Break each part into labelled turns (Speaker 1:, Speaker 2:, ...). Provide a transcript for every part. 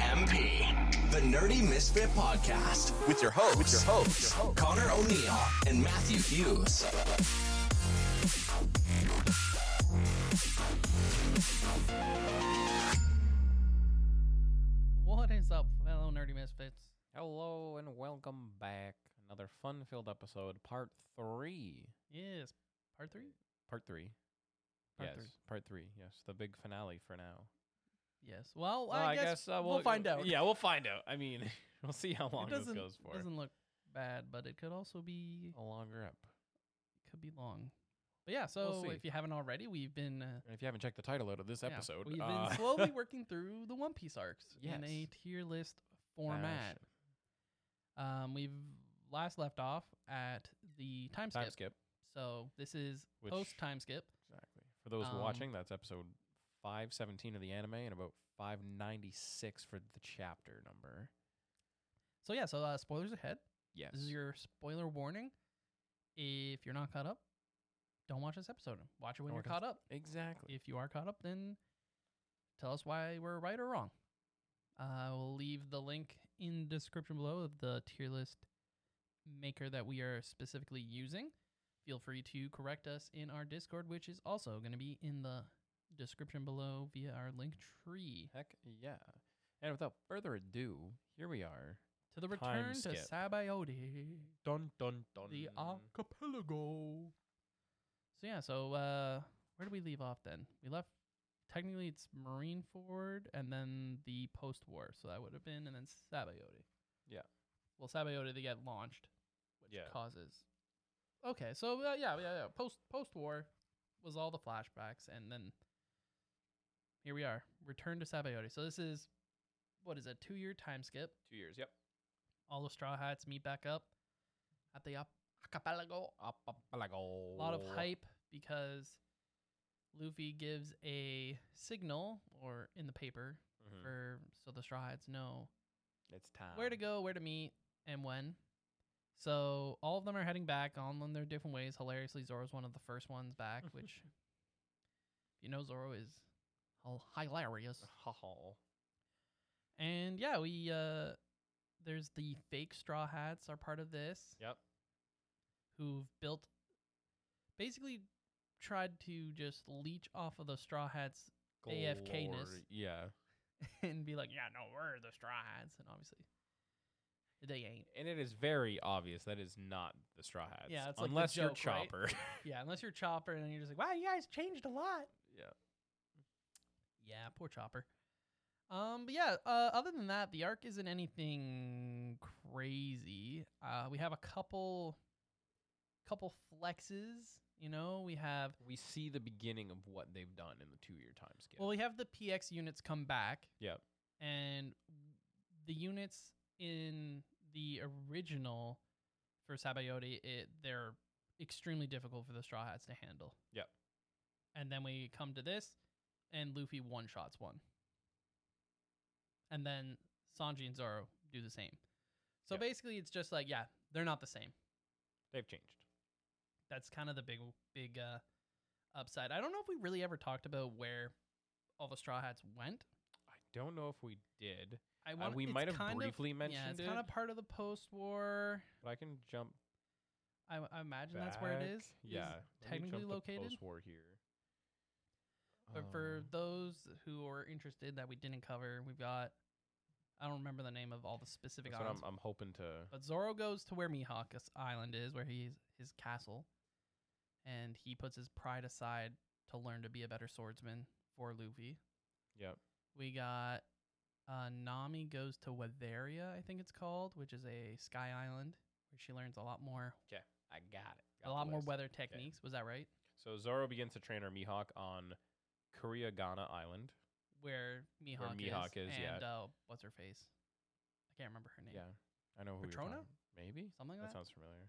Speaker 1: NMP, the Nerdy Misfit Podcast,
Speaker 2: with your host, with your host,
Speaker 1: Connor O'Neill and Matthew Hughes.
Speaker 3: What is up, fellow nerdy misfits?
Speaker 4: Hello and welcome back. Another fun-filled episode, part three.
Speaker 3: Yes, part three.
Speaker 4: Part three.
Speaker 3: Part
Speaker 4: yes,
Speaker 3: three.
Speaker 4: part three. Yes, the big finale for now.
Speaker 3: Yes. Well,
Speaker 4: Well,
Speaker 3: I, guess,
Speaker 4: uh,
Speaker 3: we'll, find out.
Speaker 4: Yeah, we'll find out. I mean, we'll see how long
Speaker 3: it
Speaker 4: this
Speaker 3: doesn't
Speaker 4: goes for. Oh.
Speaker 3: doesn't look bad, but it could also be
Speaker 4: A longer up.
Speaker 3: could be long. But yeah, so
Speaker 4: We'll see.
Speaker 3: if you haven't already, we've been uh,
Speaker 4: And if you haven't checked the title out of this
Speaker 3: yeah,
Speaker 4: episode,
Speaker 3: we've
Speaker 4: uh,
Speaker 3: been slowly working through the One Piece arcs in a
Speaker 4: Yes.
Speaker 3: tier list format. Um, we've last left off at the time skip.
Speaker 4: time skip.
Speaker 3: So this is
Speaker 4: Which-
Speaker 3: post time skip.
Speaker 4: Exactly. For those
Speaker 3: Um,
Speaker 4: watching, that's episode five seventeen of the anime, and about five ninety six for the chapter number.
Speaker 3: So yeah, so uh, spoilers ahead.
Speaker 4: Yes.
Speaker 3: This is your spoiler warning. If you're not caught up, don't watch this episode. Watch it when
Speaker 4: Don't
Speaker 3: you're
Speaker 4: watch
Speaker 3: caught up.
Speaker 4: exactly.
Speaker 3: If you are caught up, then tell us why we're right or wrong. I will leave the link in description below of the tier list maker that we are specifically using. Feel free to correct us in our Discord, which is also going to be in the description below via our link tree.
Speaker 4: Heck yeah. And without further ado, here we are.
Speaker 3: To the
Speaker 4: Time
Speaker 3: return to
Speaker 4: skip.
Speaker 3: Sabayody.
Speaker 4: Dun dun dun.
Speaker 3: the archipelago. Mm-hmm. So yeah, so uh, where do we leave off then? We left technically it's Marine Ford and then the post war, so that would have been and then Sabayote.
Speaker 4: Yeah.
Speaker 3: Well, Sabayote they get launched, which
Speaker 4: Yeah.
Speaker 3: causes. Okay, so uh, yeah, yeah, yeah. Post post war was all the flashbacks, and then here we are, Return to Sabayote. So this is what is a two year time skip
Speaker 4: two years. Yep.
Speaker 3: all the straw hats meet back up at the ap- archipelago. A lot of
Speaker 4: Oh.
Speaker 3: hype because Luffy gives a signal or in the paper
Speaker 4: Mhm.
Speaker 3: for so the straw hats know
Speaker 4: It's time.
Speaker 3: where to go, where to meet, and when. So all of them are heading back on in their different ways. Hilariously, Zoro's one of the first ones back, which if you know Zoro is hil- hilarious.
Speaker 4: Ha ha.
Speaker 3: And yeah, we uh there's the fake straw hats are part of this.
Speaker 4: Yep.
Speaker 3: who've built basically tried to just leech off of the straw hats AFK-ness.
Speaker 4: Glory. Yeah.
Speaker 3: and be like, yeah, no, we're the straw hats, and obviously they ain't.
Speaker 4: And it is very obvious that is not the Straw Hats.
Speaker 3: Yeah, it's like the
Speaker 4: unless you're
Speaker 3: joke, right?
Speaker 4: Chopper.
Speaker 3: Yeah, unless you're Chopper, and then you're just like, wow, you guys changed a lot.
Speaker 4: yeah.
Speaker 3: Yeah, poor Chopper. Um, but yeah, uh, other than that, the arc isn't anything crazy. Uh, we have a couple, couple flexes. You know, we have
Speaker 4: We see the beginning of what they've done in the two-year time scale.
Speaker 3: well, we have the PX units come back.
Speaker 4: Yep.
Speaker 3: and the units in the original for Sabayote, it they're extremely difficult for the Straw Hats to handle.
Speaker 4: Yep.
Speaker 3: And then we come to this, and Luffy one shots one, and then Sanji and Zoro do the same. So
Speaker 4: Yep.
Speaker 3: basically, it's just like yeah, they're not the same.
Speaker 4: they've changed.
Speaker 3: That's kind of the big big uh, upside. I don't know if we really ever talked about where all the Straw Hats went.
Speaker 4: I don't know if we did,
Speaker 3: I
Speaker 4: Uh,
Speaker 3: wanna-
Speaker 4: we
Speaker 3: it's
Speaker 4: might have
Speaker 3: kind of-
Speaker 4: briefly
Speaker 3: yeah,
Speaker 4: mentioned
Speaker 3: it's kind
Speaker 4: it.
Speaker 3: of part of the post-war.
Speaker 4: but I can jump.
Speaker 3: I, I imagine that's where it
Speaker 4: back.
Speaker 3: is. is
Speaker 4: Yeah. Let me
Speaker 3: technically
Speaker 4: jump to
Speaker 3: located.
Speaker 4: Post-war here.
Speaker 3: But for
Speaker 4: Um,
Speaker 3: those who are interested that we didn't cover, we've got I don't remember the name of all the Uh, specific
Speaker 4: that's what
Speaker 3: islands,
Speaker 4: I'm, uh, I'm hoping to.
Speaker 3: but Zoro goes to where Mihawk is- Island is, where he's his castle, and he puts his pride aside to learn to be a better swordsman for Luffy.
Speaker 4: Yep.
Speaker 3: We got uh, Nami goes to Wetheria, I think it's called, which is a sky island where she learns a lot more,
Speaker 4: Okay, I got it.
Speaker 3: a lot more weather techniques. Was that right?
Speaker 4: So Zoro begins to train her Mihawk on Kuriagana Island.
Speaker 3: where Mihawk,
Speaker 4: Mihawk is,
Speaker 3: and,
Speaker 4: yeah.
Speaker 3: Uh, what's her face? I can't remember her name.
Speaker 4: Yeah, I know who.
Speaker 3: Petrona?
Speaker 4: You're talking- Maybe
Speaker 3: Something like
Speaker 4: that
Speaker 3: that.
Speaker 4: sounds familiar.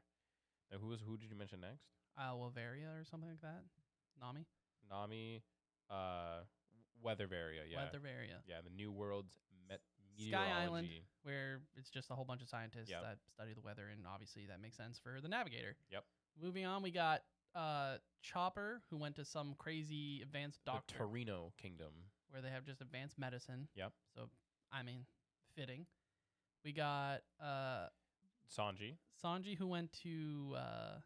Speaker 4: Now, who was who did you mention next?
Speaker 3: Uh, Waveria or something like that. Nami?
Speaker 4: Nami, uh, Weathervaria. Yeah,
Speaker 3: Weathervaria.
Speaker 4: yeah. The New World's met-
Speaker 3: Sky Island.
Speaker 4: meteorology.
Speaker 3: Where it's just a whole bunch of scientists
Speaker 4: Yep.
Speaker 3: that study the weather, and obviously that makes sense for the navigator.
Speaker 4: Yep.
Speaker 3: Moving on, we got uh, Chopper, who went to some crazy advanced
Speaker 4: The
Speaker 3: doctor
Speaker 4: Torino Kingdom.
Speaker 3: where they have just advanced medicine.
Speaker 4: Yep.
Speaker 3: So, I mean, fitting. We got uh,
Speaker 4: Sanji,
Speaker 3: Sanji who went to uh,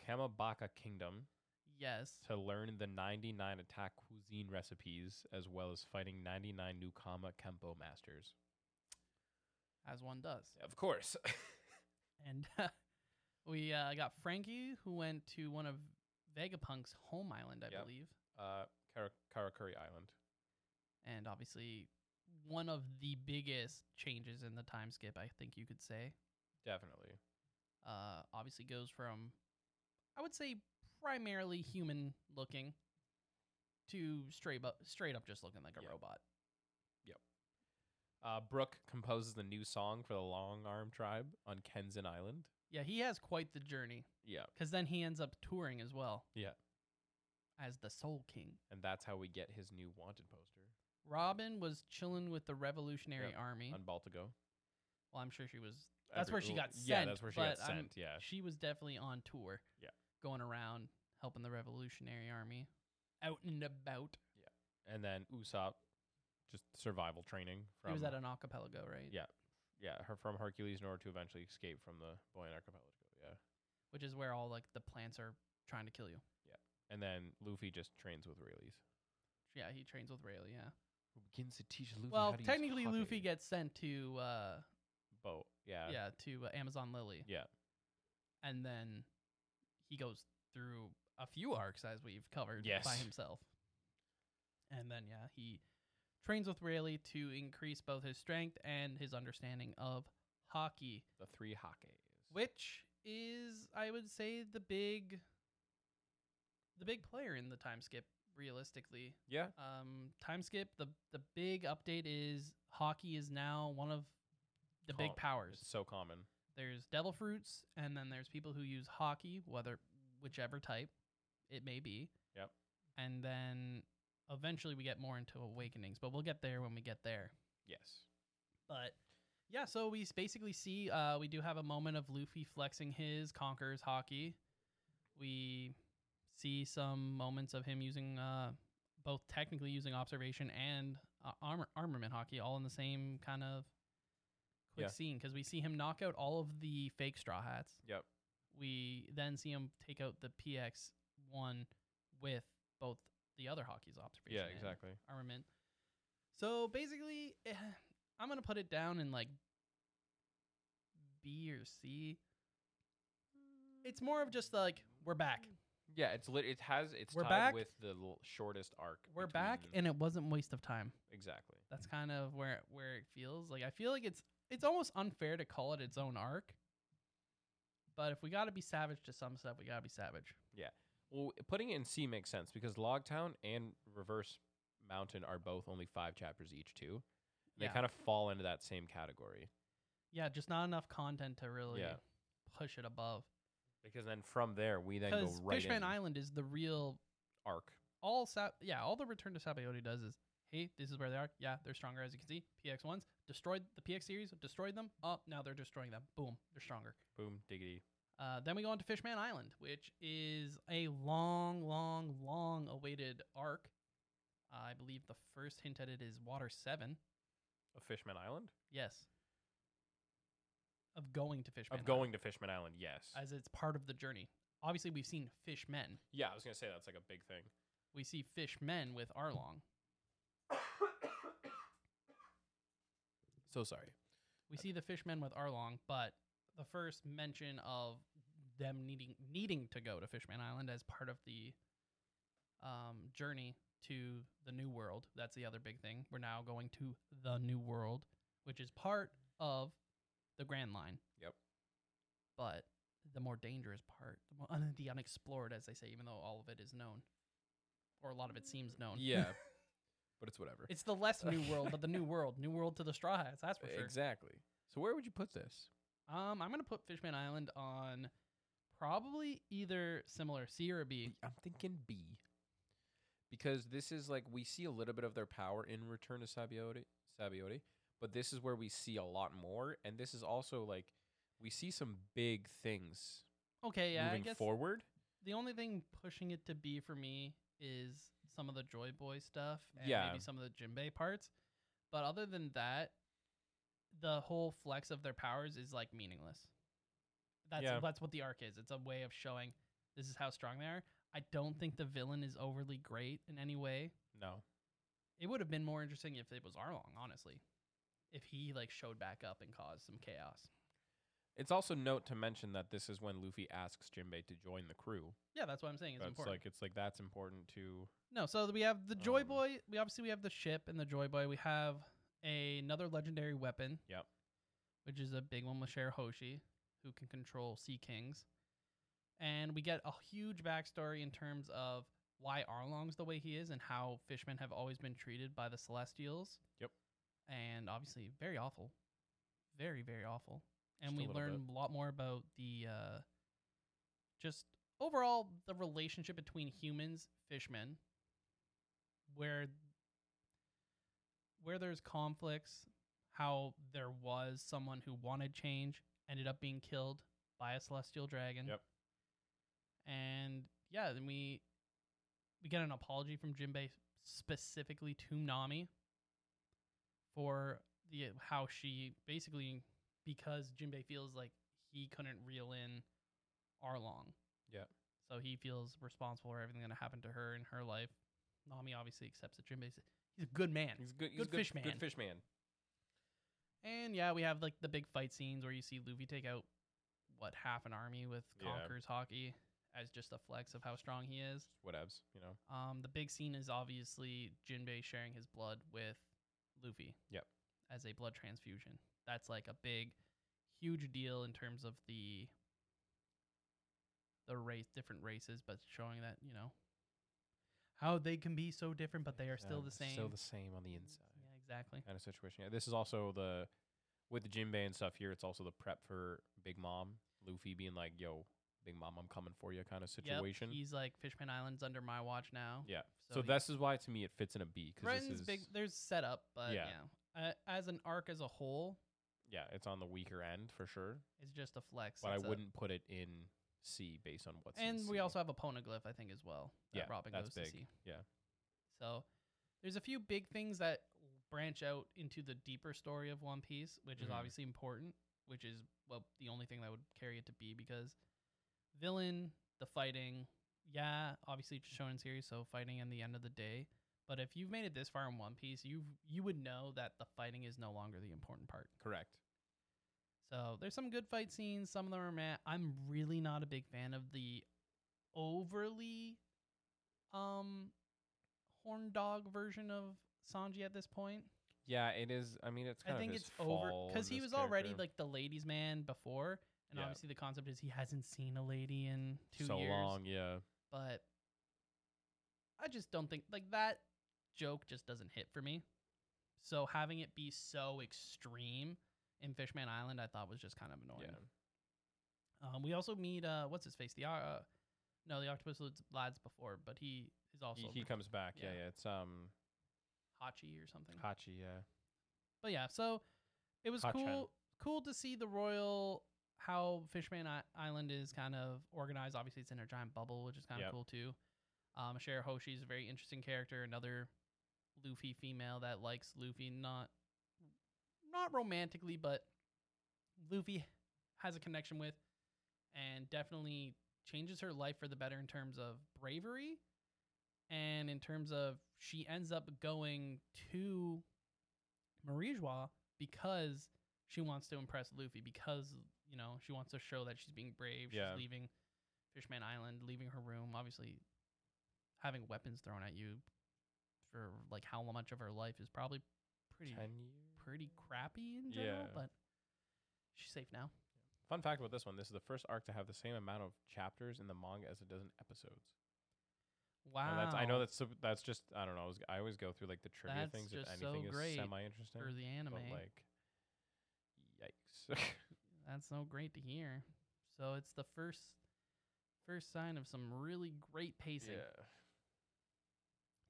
Speaker 4: Kamabaka Kingdom
Speaker 3: yes,
Speaker 4: to learn the 99 attack cuisine recipes as well as fighting 99 new Kama Kempo masters.
Speaker 3: as one does.
Speaker 4: Of course.
Speaker 3: And uh, we uh, got Frankie who went to one of Vegapunk's home island, I
Speaker 4: Yep.
Speaker 3: believe,
Speaker 4: uh, Kara- Karakuri Island.
Speaker 3: and obviously one of the biggest changes in the time skip. I think you could say.
Speaker 4: Definitely.
Speaker 3: Uh, obviously goes from, I would say, primarily human looking. To straight up, straight up, just looking like a
Speaker 4: Yep.
Speaker 3: robot.
Speaker 4: Uh, Brooke composes the new song for the Long Arm Tribe on Kenzen Island.
Speaker 3: Yeah, he has quite the journey.
Speaker 4: Yeah.
Speaker 3: Because then he ends up touring as well.
Speaker 4: Yeah.
Speaker 3: As the Soul King.
Speaker 4: And that's how we get his new wanted poster
Speaker 3: Robin was chilling with the Revolutionary
Speaker 4: Yep,
Speaker 3: Army.
Speaker 4: on Baltigo.
Speaker 3: well, I'm sure she was. That's where she
Speaker 4: Every-
Speaker 3: got sent.
Speaker 4: Yeah, that's where she got
Speaker 3: but, um,
Speaker 4: sent. Yeah.
Speaker 3: She was definitely on tour.
Speaker 4: Yeah.
Speaker 3: Going around helping the Revolutionary Army out and about.
Speaker 4: And then Usopp, just survival training from
Speaker 3: he was at an archipelago, right?
Speaker 4: Yeah. yeah, her from Hercules in order to eventually escape from the Boyan archipelago. Yeah.
Speaker 3: Which is where all like the plants are trying to kill you.
Speaker 4: And then Luffy just trains with Rayleighs.
Speaker 3: Yeah, he trains with Rayleigh. Yeah.
Speaker 4: Who begins to teach Luffy
Speaker 3: well,
Speaker 4: how to use
Speaker 3: technically,
Speaker 4: Hake.
Speaker 3: Luffy gets sent to uh,
Speaker 4: Bo. Yeah.
Speaker 3: yeah to uh, Amazon Lily.
Speaker 4: Yeah.
Speaker 3: and then he goes through a few arcs as we've covered by
Speaker 4: Yes.
Speaker 3: himself. And then yeah, he trains with Rayleigh to increase both his strength and his understanding of hockey,
Speaker 4: The three Hakes.
Speaker 3: which is I would say the big the big player in the time skip realistically.
Speaker 4: Yeah.
Speaker 3: Um time skip the the big update is hockey is now one of the big
Speaker 4: Com-
Speaker 3: powers
Speaker 4: It's so common.
Speaker 3: there's devil fruits and then there's people who use hockey whether whichever type it may be
Speaker 4: Yep.
Speaker 3: and then eventually we get more into awakenings but we'll get there when we get there
Speaker 4: Yes.
Speaker 3: but yeah so we s- basically see uh, we do have a moment of luffy flexing his conquerors hockey we see some moments of him using uh, both technically using observation and uh, armor, armament hockey all in the same kind of quick
Speaker 4: Yeah.
Speaker 3: scene because we see him knock out all of the fake straw hats
Speaker 4: Yep.
Speaker 3: we then see him take out the px1 with both the other hockey's observation
Speaker 4: Yeah,
Speaker 3: and
Speaker 4: exactly.
Speaker 3: armament. So basically, eh, I'm gonna put it down in like B or C. It's more of just like we're back,
Speaker 4: Yeah, it's lit. It has. It's
Speaker 3: We're
Speaker 4: tied
Speaker 3: back.
Speaker 4: with the l- shortest arc.
Speaker 3: we're back,
Speaker 4: between-
Speaker 3: and it wasn't waste of time.
Speaker 4: exactly.
Speaker 3: That's kind of where where it feels like I feel like it's it's almost unfair to call it its own arc. But if we gotta be savage to some stuff, we gotta be savage.
Speaker 4: Well, putting it in C makes sense because Logtown and Reverse Mountain are both only five chapters each, too. They
Speaker 3: Yeah.
Speaker 4: kind of fall into that same category
Speaker 3: Yeah, just not enough content to really
Speaker 4: Yeah.
Speaker 3: push it above.
Speaker 4: because then from there we then go
Speaker 3: Because
Speaker 4: right
Speaker 3: Fishman
Speaker 4: in
Speaker 3: Island is the real
Speaker 4: arc.
Speaker 3: all Sa- yeah, all the Return to Sabayoti does is, hey, this is where they are. Yeah, they're stronger as you can see. PX ones destroyed the PX series, destroyed them. Oh, now they're destroying them. Boom, they're stronger.
Speaker 4: Boom, diggity.
Speaker 3: Uh, then we go on to Fishman Island, which is a long, long, long awaited arc. I believe the first hint at it is Water Seven.
Speaker 4: Of Fishman Island?
Speaker 3: Yes. Of going to Fishman.
Speaker 4: of going to Fishman Island, yes.
Speaker 3: Island, as it's part of the journey. Obviously, we've seen fishmen.
Speaker 4: yeah, I was going to say that's like a big thing.
Speaker 3: We see fishmen with Arlong.
Speaker 4: So sorry.
Speaker 3: We see the fishmen with Arlong, but the first mention of them needing needing to go to Fishman Island as part of the um, journey to the New World. That's the other big thing. We're now going to the New World, which is part of the Grand Line.
Speaker 4: Yep.
Speaker 3: But the more dangerous part, the, more un- the unexplored, as they say, even though all of it is known, or a lot of it seems known.
Speaker 4: Yeah. but it's whatever.
Speaker 3: It's the less new world, but the new world, new world to the straw hats. That's for sure.
Speaker 4: Exactly. So where would you put this?
Speaker 3: Um, I'm gonna put Fishman Island on probably either similar C or a B.
Speaker 4: B- I'm thinking B. Because this is like we see a little bit of their power in Return to Sabioti, Sabioti, but this is where we see a lot more, and this is also like we see some big things
Speaker 3: Okay, yeah, I
Speaker 4: moving
Speaker 3: guess
Speaker 4: forward.
Speaker 3: the only thing pushing it to B for me is some of the Joy Boy stuff and
Speaker 4: Yeah.
Speaker 3: maybe some of the Jinbei parts. But other than that, the whole flex of their powers is like meaningless. That's
Speaker 4: Yeah.
Speaker 3: that's what the arc is. It's a way of showing this is how strong they are. I don't think the villain is overly great in any way.
Speaker 4: No.
Speaker 3: It would have been more interesting if it was Arlong, honestly. If he like showed back up and caused some chaos.
Speaker 4: It's also note to mention that this is when Luffy asks Jinbei to join the crew.
Speaker 3: Yeah, that's what I'm saying. It's
Speaker 4: that's
Speaker 3: important.
Speaker 4: like it's like that's important to
Speaker 3: No, so we have the Joy
Speaker 4: Um,
Speaker 3: Boy. We obviously we have the ship and the Joy Boy. We have a, another legendary weapon.
Speaker 4: Yep.
Speaker 3: Which is a big one with Share Hoshi, who can control Sea Kings. And we get a huge backstory in terms of why Arlong's the way he is and how fishmen have always been treated by the Celestials.
Speaker 4: Yep.
Speaker 3: And obviously very awful. Very, very awful. And
Speaker 4: Just a
Speaker 3: we
Speaker 4: little
Speaker 3: learn a
Speaker 4: bit.
Speaker 3: lot more about the uh just overall the relationship between humans, fishmen, where where there's conflicts, how there was someone who wanted change ended up being killed by a celestial dragon.
Speaker 4: Yep.
Speaker 3: And yeah, then we we get an apology from Jinbei specifically to Nami for the how she basically because Jinbei feels like he couldn't reel in Arlong.
Speaker 4: Yep.
Speaker 3: So he feels responsible for everything that happened to her in her life. Nami obviously accepts that Jinbei's he's a good man.
Speaker 4: He's a good he's
Speaker 3: Good
Speaker 4: a good
Speaker 3: fish man.
Speaker 4: Good fish man.
Speaker 3: And yeah, we have like the big fight scenes where you see Luffy take out what half an army with
Speaker 4: Yeah.
Speaker 3: Conqueror's hockey as just a flex of how strong he is.
Speaker 4: Whatevs, you know.
Speaker 3: Um, the big scene is obviously Jinbei sharing his blood with Luffy.
Speaker 4: Yep.
Speaker 3: As a blood transfusion. That's like a big, huge deal in terms of the the race, different races, but showing that you know how they can be so different, but they are still the same.
Speaker 4: Still Um, the same on the inside.
Speaker 3: Yeah, exactly.
Speaker 4: Kind of situation. Yeah, this is also the with the Jinbei and stuff here, it's also the prep for Big Mom. Luffy being like, Yo, Big Mom, I'm coming for you kind of situation.
Speaker 3: Yep, he's like Fishman Island's under my watch now.
Speaker 4: yeah.
Speaker 3: So
Speaker 4: So,
Speaker 3: he-
Speaker 4: this is why to me it fits in a B because this
Speaker 3: Ren's
Speaker 4: is
Speaker 3: big. There's setup, but yeah,
Speaker 4: Yeah.
Speaker 3: Uh, as an arc as a whole,
Speaker 4: yeah, it's on the weaker end for sure.
Speaker 3: it's just a flex.
Speaker 4: But I
Speaker 3: It's a-
Speaker 4: wouldn't put it in C based on what's in
Speaker 3: And we
Speaker 4: C.
Speaker 3: also have a poneglyph, I think, as well. That
Speaker 4: yeah,
Speaker 3: Robin
Speaker 4: that's
Speaker 3: goes
Speaker 4: big.
Speaker 3: to see.
Speaker 4: Yeah,
Speaker 3: So there's a few big things that branch out into the deeper story of One Piece, which is
Speaker 4: Mhm.
Speaker 3: obviously important, which is well the only thing that would carry it to be because villain, the fighting, yeah, obviously it's a shonen series, so fighting in the end of the day. But if you've made it this far in One Piece, you you would know that the fighting is no longer the important part.
Speaker 4: correct.
Speaker 3: So there's some good fight scenes. Some of them are meh. I'm really not a big fan of the overly um horn dog version of Sanji at this point.
Speaker 4: Yeah, it is. I mean, it's kind
Speaker 3: I think
Speaker 4: of his
Speaker 3: it's over
Speaker 4: fall
Speaker 3: because
Speaker 4: in
Speaker 3: he
Speaker 4: this
Speaker 3: was already
Speaker 4: character.
Speaker 3: like the ladies' man before, and
Speaker 4: Yeah.
Speaker 3: obviously the concept is he hasn't seen a lady in two
Speaker 4: so
Speaker 3: years.
Speaker 4: long. Yeah,
Speaker 3: But I just don't think like that joke just doesn't hit for me. So having it be so extreme in Fishman Island, I thought was just kind of annoying.
Speaker 4: yeah.
Speaker 3: Um, we also meet uh, what's his face? The uh, no, the octopus lads- lads before, but he is also
Speaker 4: He, he comes back. Yeah.
Speaker 3: yeah.
Speaker 4: yeah, It's um
Speaker 3: Hachi or something.
Speaker 4: Hachi. Yeah,
Speaker 3: But yeah, so it was
Speaker 4: Hachan.
Speaker 3: cool. Cool to see the royal how Fishman I- Island is kind of organized. Obviously, it's in a giant bubble, which is kind of
Speaker 4: Yep.
Speaker 3: cool too. Um, Cher Hoshi is a very interesting character. Another Luffy female that likes Luffy, not not romantically, but Luffy has a connection with, and definitely changes her life for the better in terms of bravery, and in terms of she ends up going to Marijois because she wants to impress Luffy because you know she wants to show that she's being brave.
Speaker 4: Yeah.
Speaker 3: She's leaving Fishman Island, leaving her room. Obviously, having weapons thrown at you for like how much of her life is probably pretty
Speaker 4: ten years.
Speaker 3: pretty crappy in general,
Speaker 4: Yeah.
Speaker 3: but she's safe now.
Speaker 4: Fun fact about this one: this is the first arc to have the same amount of chapters in the manga as it does in episodes.
Speaker 3: Wow,
Speaker 4: And that's, I know that's sub- that's just I don't know. I, was, I always go through like the trivia
Speaker 3: That's
Speaker 4: things
Speaker 3: just
Speaker 4: if
Speaker 3: so
Speaker 4: anything
Speaker 3: great
Speaker 4: is semi interesting.
Speaker 3: for the anime.
Speaker 4: But like, yikes!
Speaker 3: that's so great to hear. So it's the first first sign of some really great pacing.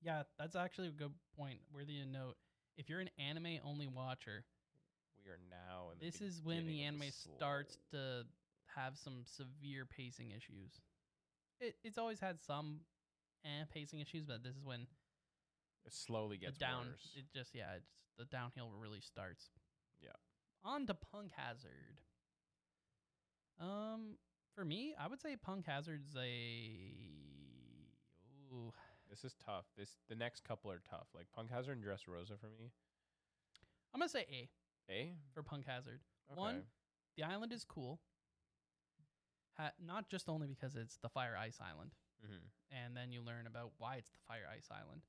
Speaker 3: Yeah, that's actually a good point. Worthy a note. If you're an anime only watcher,
Speaker 4: we are now. In the
Speaker 3: this is when the
Speaker 4: beginning of
Speaker 3: anime
Speaker 4: slow-
Speaker 3: starts to have some severe pacing issues. It, it's always had some eh, pacing issues, but this is when
Speaker 4: It slowly
Speaker 3: the
Speaker 4: gets
Speaker 3: down
Speaker 4: worse.
Speaker 3: it just yeah, it's the downhill really starts.
Speaker 4: Yeah.
Speaker 3: on to Punk Hazard. Um, for me, I would say Punk Hazard's a. Ooh,
Speaker 4: This is tough. This the next couple are tough. Like Punk Hazard and Dress Rosa for me. Eh?
Speaker 3: I'm gonna say A
Speaker 4: A.
Speaker 3: for Punk Hazard. One,
Speaker 4: Okay.
Speaker 3: The island is cool. Ha- not just only because it's the Fire Ice Island,
Speaker 4: Mhm.
Speaker 3: and then you learn about why it's the Fire Ice Island.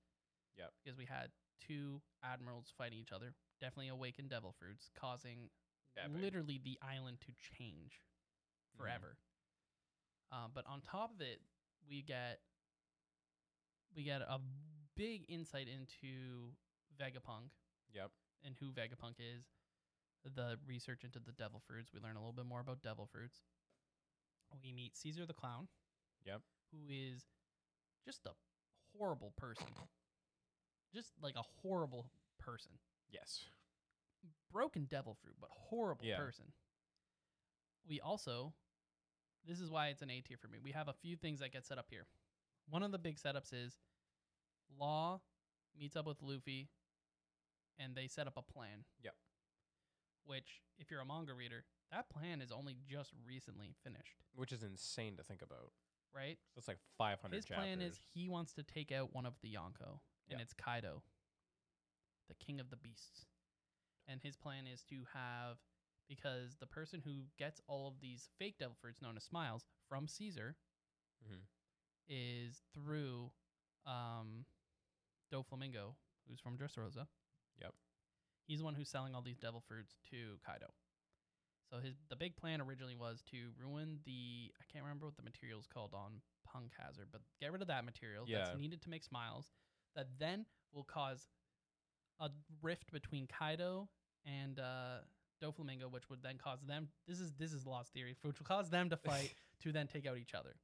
Speaker 4: Yep.
Speaker 3: Because we had two admirals fighting each other, definitely awakened devil fruits, causing
Speaker 4: Epic.
Speaker 3: literally the island to change
Speaker 4: Mhm.
Speaker 3: forever. Um, but on top of it, we get we get a big insight into Vegapunk
Speaker 4: Yep.
Speaker 3: and who Vegapunk is, the research into the devil fruits. We learn a little bit more about devil fruits. We meet Caesar the clown.
Speaker 4: Yep.
Speaker 3: Who is just a horrible person. Just like a horrible person.
Speaker 4: Yes.
Speaker 3: Broken devil fruit, but horrible
Speaker 4: Yeah.
Speaker 3: person. We also this is why it's an A tier for me. We have a few things that get set up here. One of the big setups is Law meets up with Luffy and they set up a plan.
Speaker 4: Yep.
Speaker 3: Which, if you're a manga reader, that plan is only just recently finished,
Speaker 4: Which is insane to think about.
Speaker 3: right?
Speaker 4: So it's like 500
Speaker 3: His
Speaker 4: chapters.
Speaker 3: plan is he wants to take out one of the Yonko, and
Speaker 4: Yep.
Speaker 3: it's Kaido, the king of the beasts. And his plan is to have, because the person who gets all of these fake devil fruits known as smiles from Caesar
Speaker 4: Mhm.
Speaker 3: is through um, Doflamingo, who's from Dressrosa.
Speaker 4: Yep.
Speaker 3: He's the one who's selling all these devil fruits to Kaido. So his the big plan originally was to ruin the I can't remember what the material's called on Punk Hazard, but get rid of that material
Speaker 4: Yeah.
Speaker 3: that's needed to make smiles that then will cause a rift between Kaido and uh Doflamingo, which would then cause them this is this is Law's theory, which will cause them to fight to then take out each other.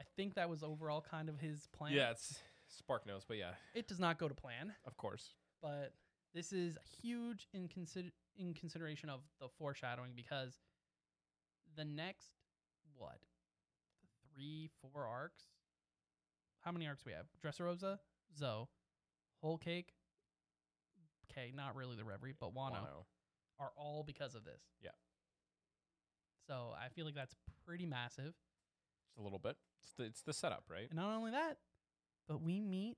Speaker 3: I think that was overall kind of his plan.
Speaker 4: Yeah, it's Spark Notes, but yeah,
Speaker 3: It does not go to plan,
Speaker 4: of course.
Speaker 3: but this is huge in consider in consideration of the foreshadowing because the next what? Three, four arcs? How many arcs we have? Dressrosa, Zoe, Whole Cake, okay, not really the Reverie, but Wano,
Speaker 4: Wano.
Speaker 3: are all because of this.
Speaker 4: Yeah.
Speaker 3: So I feel like that's pretty massive.
Speaker 4: Just a little bit. It's the, it's the setup, right?
Speaker 3: And not only that, but we meet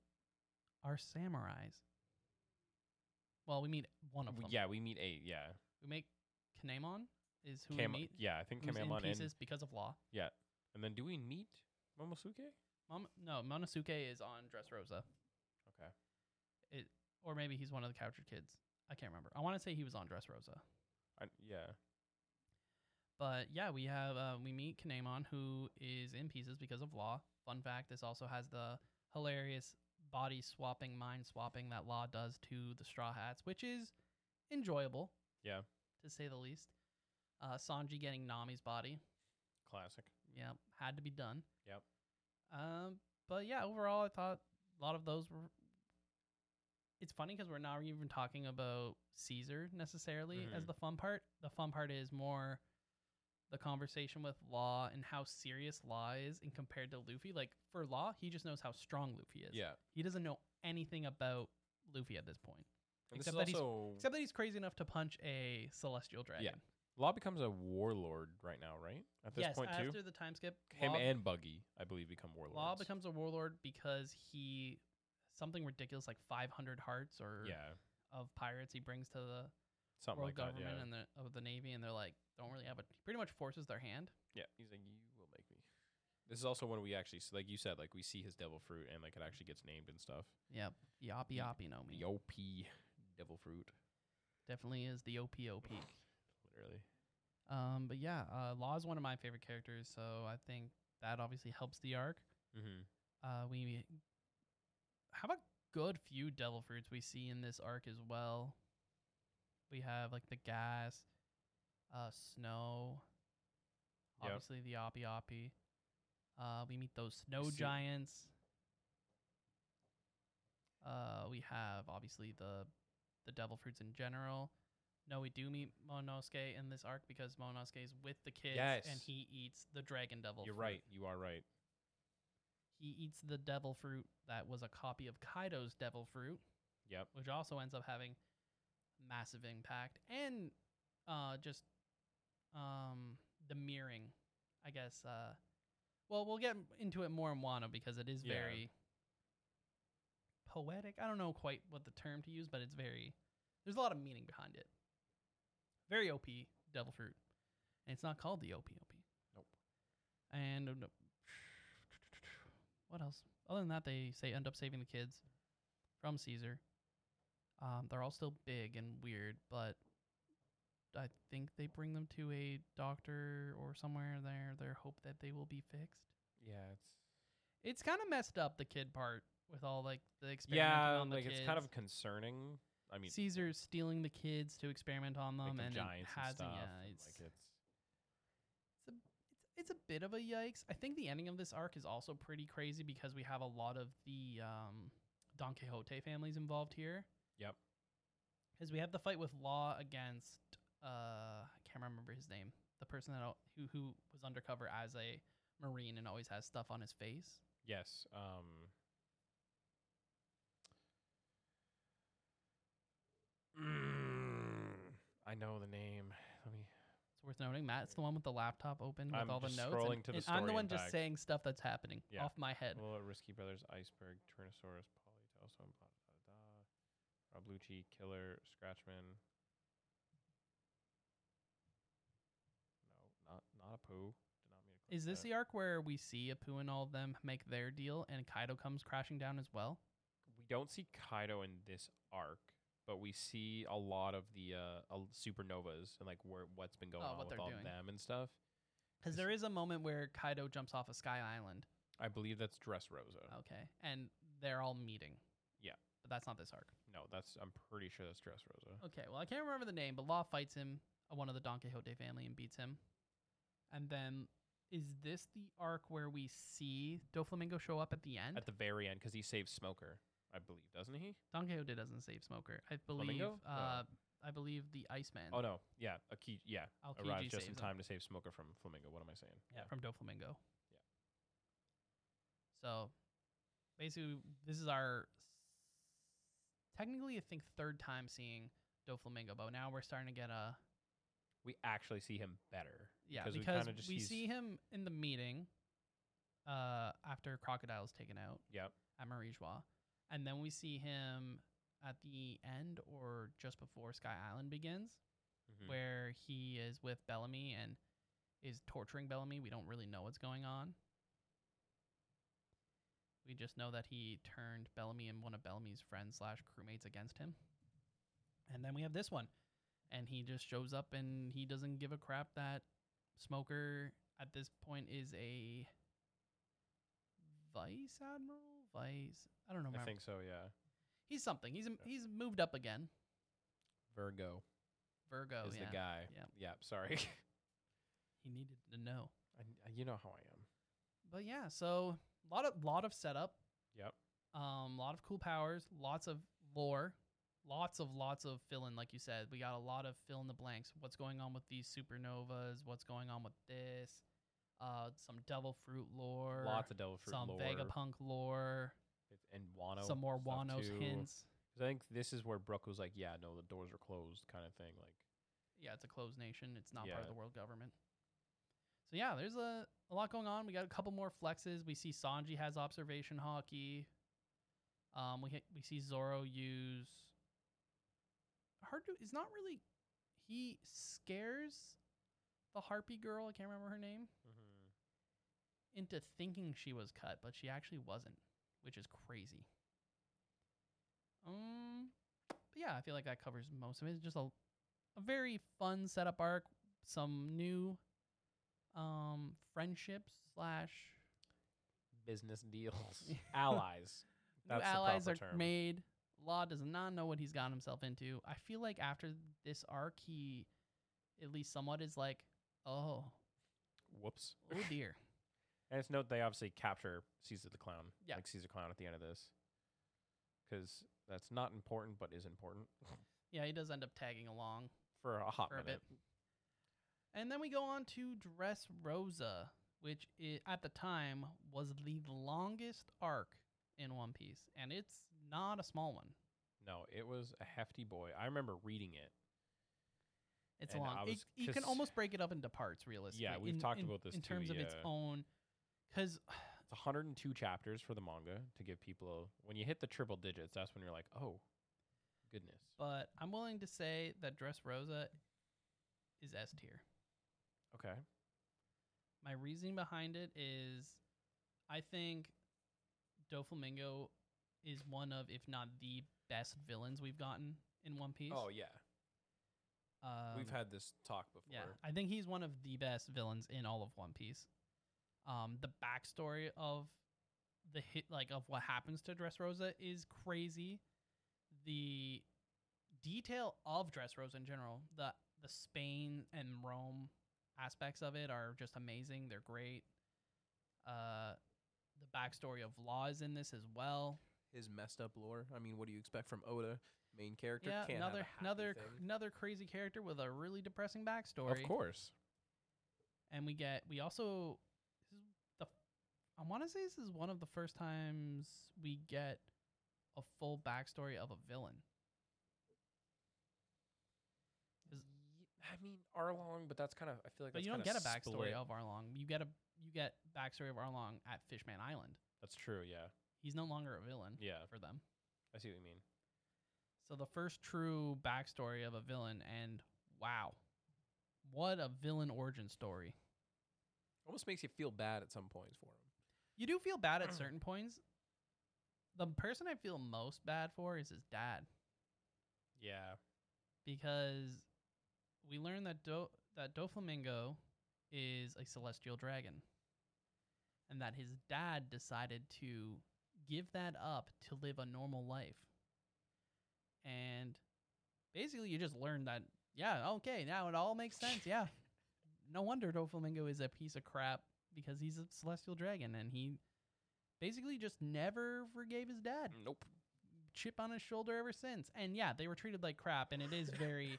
Speaker 3: our samurais. Well, we meet one of
Speaker 4: W-
Speaker 3: them.
Speaker 4: Yeah, we meet eight. Yeah.
Speaker 3: We make Kanemon is who
Speaker 4: Kam-
Speaker 3: we meet.
Speaker 4: yeah, I think
Speaker 3: who's in
Speaker 4: Kamamon
Speaker 3: pieces
Speaker 4: and,
Speaker 3: because of law.
Speaker 4: and then do we meet Momosuke?
Speaker 3: Mom, no, Monosuke is on Dressrosa,
Speaker 4: Okay.
Speaker 3: or maybe he's one of the captured kids. I can't remember. I want to say he was on Dressrosa,
Speaker 4: I, yeah.
Speaker 3: but yeah, we have uh, we meet Kanemon who is in pieces because of law. Fun fact: this also has the hilarious body swapping, mind swapping that law does to the Straw Hats, which is enjoyable.
Speaker 4: Yeah.
Speaker 3: to say the least. Uh, Sanji getting Nami's body.
Speaker 4: Classic.
Speaker 3: Yeah, had to be done.
Speaker 4: Yep.
Speaker 3: Um, but yeah, overall, I thought a lot of those were. It's funny because we're not even talking about Caesar necessarily as
Speaker 4: Mhm.
Speaker 3: the fun part. The fun part is more the conversation with Law and how serious Law is, and compared to Luffy. Like for Law, he just knows how strong Luffy is.
Speaker 4: Yeah.
Speaker 3: he doesn't know anything about Luffy at this point,
Speaker 4: And
Speaker 3: Except that
Speaker 4: this is
Speaker 3: he's-
Speaker 4: also
Speaker 3: except that he's crazy enough to punch a celestial dragon.
Speaker 4: Law becomes a warlord right now, right? At this
Speaker 3: yes,
Speaker 4: point
Speaker 3: after
Speaker 4: too.
Speaker 3: the time skip,
Speaker 4: Him
Speaker 3: Law
Speaker 4: and Buggy, I believe, become warlords.
Speaker 3: Law becomes a warlord because he something ridiculous like 500 hearts or
Speaker 4: yeah,
Speaker 3: of pirates he brings to the
Speaker 4: something
Speaker 3: world
Speaker 4: like that.
Speaker 3: government
Speaker 4: Yeah,
Speaker 3: and the of the navy and they're like don't really have a he pretty much forces their hand.
Speaker 4: yeah. He's like, you will make me. This is also when we actually, s- like you said, like we see his devil fruit and like it actually gets named and stuff.
Speaker 3: Yep. The oppie oppie no me.
Speaker 4: The OP devil fruit,
Speaker 3: Definitely is the OP OP.
Speaker 4: literally.
Speaker 3: Um but yeah, uh Law is one of my favorite characters, so I think that obviously helps the arc.
Speaker 4: Mm-hmm.
Speaker 3: Uh, we have a good few devil fruits we see in this arc as well. We have like the gas, uh, snow,
Speaker 4: Yep.
Speaker 3: obviously the oppie oppie. Uh, we meet those snow
Speaker 4: see-
Speaker 3: giants. Uh, we have obviously the the devil fruits in general. No, we do meet Monosuke in this arc because Monosuke is with the kids and
Speaker 4: Yes.
Speaker 3: he eats the dragon devil.
Speaker 4: You're
Speaker 3: fruit
Speaker 4: right. You are right.
Speaker 3: he eats the devil fruit that was a copy of Kaido's devil fruit,
Speaker 4: Yep.
Speaker 3: which also ends up having massive impact and uh, just um, the mirroring, I guess. Uh, well, we'll get m- into it more in Wano because it is
Speaker 4: Yeah.
Speaker 3: very poetic. I don't know quite what the term to use, but it's very. There's a lot of meaning behind it. Very OP devil fruit, and it's not called the OP OP.
Speaker 4: Nope.
Speaker 3: And uh, no- what else? Other than that, they say end up saving the kids from Caesar. Um, they're all still big and weird, but I think they bring them to a doctor or somewhere there. Their hope that they will be fixed.
Speaker 4: Yeah, it's
Speaker 3: It's kind of messed up the kid part with all like the experimenting
Speaker 4: yeah,
Speaker 3: on the
Speaker 4: like
Speaker 3: kids.
Speaker 4: it's kind of concerning. I mean,
Speaker 3: Caesar's stealing the kids to experiment on
Speaker 4: like
Speaker 3: them,
Speaker 4: the
Speaker 3: and it
Speaker 4: giants and
Speaker 3: has
Speaker 4: stuff.
Speaker 3: yeah,
Speaker 4: and,
Speaker 3: it's,
Speaker 4: like it's
Speaker 3: it's a bit of a yikes. I think the ending of this arc is also pretty crazy because we have a lot of the um, Don Quixote families involved here.
Speaker 4: Yep.
Speaker 3: Because we have the fight with Law against uh, I can't remember his name, the person that al- who who was undercover as a marine and always has stuff on his face.
Speaker 4: yes. Um. Mm, I know the name. Let me.
Speaker 3: It's worth noting. Matt's the one with the laptop open with
Speaker 4: I'm
Speaker 3: all the
Speaker 4: just
Speaker 3: notes.
Speaker 4: scrolling
Speaker 3: and,
Speaker 4: to the
Speaker 3: and I'm
Speaker 4: story
Speaker 3: the one
Speaker 4: and
Speaker 3: just
Speaker 4: tags.
Speaker 3: saying stuff that's happening
Speaker 4: Yeah.
Speaker 3: off my head.
Speaker 4: Well, Risky Brothers, Iceberg, Tyrannosaurus, Polytelson, blah, blah, blah, blah. Roblucci, Killer, Scratchman. No, not not a poo. Did not mean to click
Speaker 3: Is this
Speaker 4: that.
Speaker 3: the arc where we see Apu and all of them make their deal and Kaido comes crashing down as well?
Speaker 4: We don't see Kaido in this arc, but we see a lot of the uh, al- supernovas and like where what's been going
Speaker 3: Oh,
Speaker 4: on
Speaker 3: what
Speaker 4: with
Speaker 3: they're
Speaker 4: all
Speaker 3: doing.
Speaker 4: of them and stuff.
Speaker 3: Because
Speaker 4: Is-
Speaker 3: there is a moment where Kaido jumps off a Sky Island.
Speaker 4: I believe that's Dressrosa.
Speaker 3: Okay. And they're all meeting.
Speaker 4: Yeah.
Speaker 3: But that's not this arc.
Speaker 4: No, that's I'm pretty sure that's Dressrosa.
Speaker 3: Okay. Well, I can't remember the name, but Law fights him, uh, one of the Don Quixote family, and beats him. And then is this the arc where we see Doflamingo show up at the end?
Speaker 4: At the very end, because he saves Smoker, I believe, doesn't he?
Speaker 3: Don Quixote doesn't save Smoker. I believe.
Speaker 4: Flamingo? No.
Speaker 3: Uh, I believe the Iceman.
Speaker 4: Oh no, yeah, Aki, yeah,
Speaker 3: Aokiji
Speaker 4: arrived just in
Speaker 3: saves him.
Speaker 4: time to save Smoker from Flamingo. What am I saying?
Speaker 3: yeah, from Doflamingo.
Speaker 4: Yeah.
Speaker 3: So basically, this is our s- technically, I think, third time seeing Doflamingo, but now we're starting to get a
Speaker 4: we actually see him better.
Speaker 3: yeah
Speaker 4: Because we
Speaker 3: because we,
Speaker 4: kinda just- he's-
Speaker 3: see him in the meeting uh, after Crocodile's taken out
Speaker 4: Yep.
Speaker 3: at Marie Joie, and then we see him at the end or just before Sky Island begins,
Speaker 4: Mhm.
Speaker 3: where he is with Bellamy and is torturing Bellamy. We don't really know what's going on. We just know that he turned Bellamy and one of Bellamy's friends slash crewmates against him. And then we have this one. And he just shows up and he doesn't give a crap that Smoker at this point is a vice admiral? Vice I don't know.
Speaker 4: I
Speaker 3: remember.
Speaker 4: think so. Yeah.
Speaker 3: he's something. He's a- he's moved up again.
Speaker 4: Virgo
Speaker 3: Virgo
Speaker 4: is
Speaker 3: Oh, yeah.
Speaker 4: the guy.
Speaker 3: Yep.
Speaker 4: Yeah. Sorry.
Speaker 3: He needed to know.
Speaker 4: I, I- you know how I am.
Speaker 3: But yeah, so lot of lot of setup,
Speaker 4: Yep.
Speaker 3: um, lot of cool powers, lots of lore, lots of lots of fill in. Like you said, we got a lot of fill in the blanks. What's going on with these supernovas? What's going on with this? Uh, some devil fruit lore.
Speaker 4: Lots of Devil Fruit
Speaker 3: some
Speaker 4: lore.
Speaker 3: Vegapunk lore.
Speaker 4: It's- and Wano.
Speaker 3: some more
Speaker 4: stuff
Speaker 3: Wano's
Speaker 4: too.
Speaker 3: hints.
Speaker 4: 'Cause I think this is where Brooke was like, "Yeah, no, the doors are closed," kind of thing. Like,
Speaker 3: Yeah, it's a closed nation. It's not part of
Speaker 4: Yeah.
Speaker 3: the world government. So yeah, there's a, a lot going on. We got a couple more flexes. We see Sanji has observation hockey. Um, we ha- we see Zoro use. Hard to. It's not really. He scares the harpy girl. I can't remember her name.
Speaker 4: Mm-hmm.
Speaker 3: Into thinking she was cut, but she actually wasn't, which is crazy. Um, but yeah, I feel like that covers most of it. It's just a a very fun setup arc. Some new um friendships slash
Speaker 4: business deals, allies. That's
Speaker 3: new
Speaker 4: the
Speaker 3: allies are
Speaker 4: proper term.
Speaker 3: made. Law does not know what he's gotten himself into. I feel like after this arc, he at least somewhat is like, oh,
Speaker 4: Whoops.
Speaker 3: oh dear.
Speaker 4: And it's note they obviously capture Caesar the Clown.
Speaker 3: Yeah.
Speaker 4: Like Caesar Clown at the end of this. Because that's not important, but is important
Speaker 3: yeah, he does end up tagging along
Speaker 4: for a hot
Speaker 3: for a
Speaker 4: minute.
Speaker 3: bit. And then we go on to Dress Rosa, which i at the time was the longest arc in One Piece, and it's not a small one.
Speaker 4: No, it was a hefty boy. I remember reading it.
Speaker 3: It's
Speaker 4: And
Speaker 3: long.
Speaker 4: I
Speaker 3: It-
Speaker 4: was-
Speaker 3: you can
Speaker 4: 'cause-
Speaker 3: almost break it up into parts, realistically.
Speaker 4: we've
Speaker 3: in-
Speaker 4: talked
Speaker 3: in-
Speaker 4: about this
Speaker 3: in
Speaker 4: too,
Speaker 3: terms of its
Speaker 4: yeah.
Speaker 3: own. Because
Speaker 4: It's 102 chapters for the manga to give people. A, when you hit the triple digits, that's when you're like, oh, goodness.
Speaker 3: but I'm willing to say that Dress Rosa is S tier.
Speaker 4: Okay.
Speaker 3: My reasoning behind it is I think Doflamingo is one of, if not the best villains we've gotten in One Piece.
Speaker 4: Oh yeah,
Speaker 3: Um,
Speaker 4: we've had this talk before.
Speaker 3: Yeah, I think he's one of the best villains in all of One Piece. Um, the backstory of the hit, like of what happens to Dressrosa, is crazy. The detail of Dressrosa in general, the the Spain and Rome aspects of it are just amazing. They're great. Uh, the backstory of Law is in this as well.
Speaker 4: His messed up lore. I mean, what do you expect from Oda, main character?
Speaker 3: yeah,
Speaker 4: Can't have a
Speaker 3: another
Speaker 4: happy
Speaker 3: another
Speaker 4: thing.
Speaker 3: cr- another crazy character with a really depressing backstory.
Speaker 4: Of course.
Speaker 3: and we get we also this is the I want to say this is one of the first times we get a full backstory of a villain. Is-
Speaker 4: I mean, Arlong, but that's kind of. I feel like.
Speaker 3: But
Speaker 4: that's
Speaker 3: you don't get
Speaker 4: kinda
Speaker 3: a backstory
Speaker 4: split.
Speaker 3: of Arlong. You get a you get backstory of Arlong at Fishman Island.
Speaker 4: That's true. Yeah.
Speaker 3: He's no longer a villain
Speaker 4: Yeah.
Speaker 3: for them.
Speaker 4: I see what you mean.
Speaker 3: So the first true backstory of a villain and wow. What a villain origin story.
Speaker 4: Almost makes you feel bad at some points for him.
Speaker 3: You do feel bad at certain points. The person I feel most bad for is his dad.
Speaker 4: Yeah.
Speaker 3: because we learned that Do- that Doflamingo is a celestial dragon, and that his dad decided to give that up to live a normal life. And basically, you just learned that yeah, okay, now it all makes sense. Yeah, no wonder Doflamingo is a piece of crap because he's a celestial dragon, and he basically just never forgave his dad
Speaker 4: Nope.
Speaker 3: chip on his shoulder ever since. And yeah, they were treated like crap, and it is very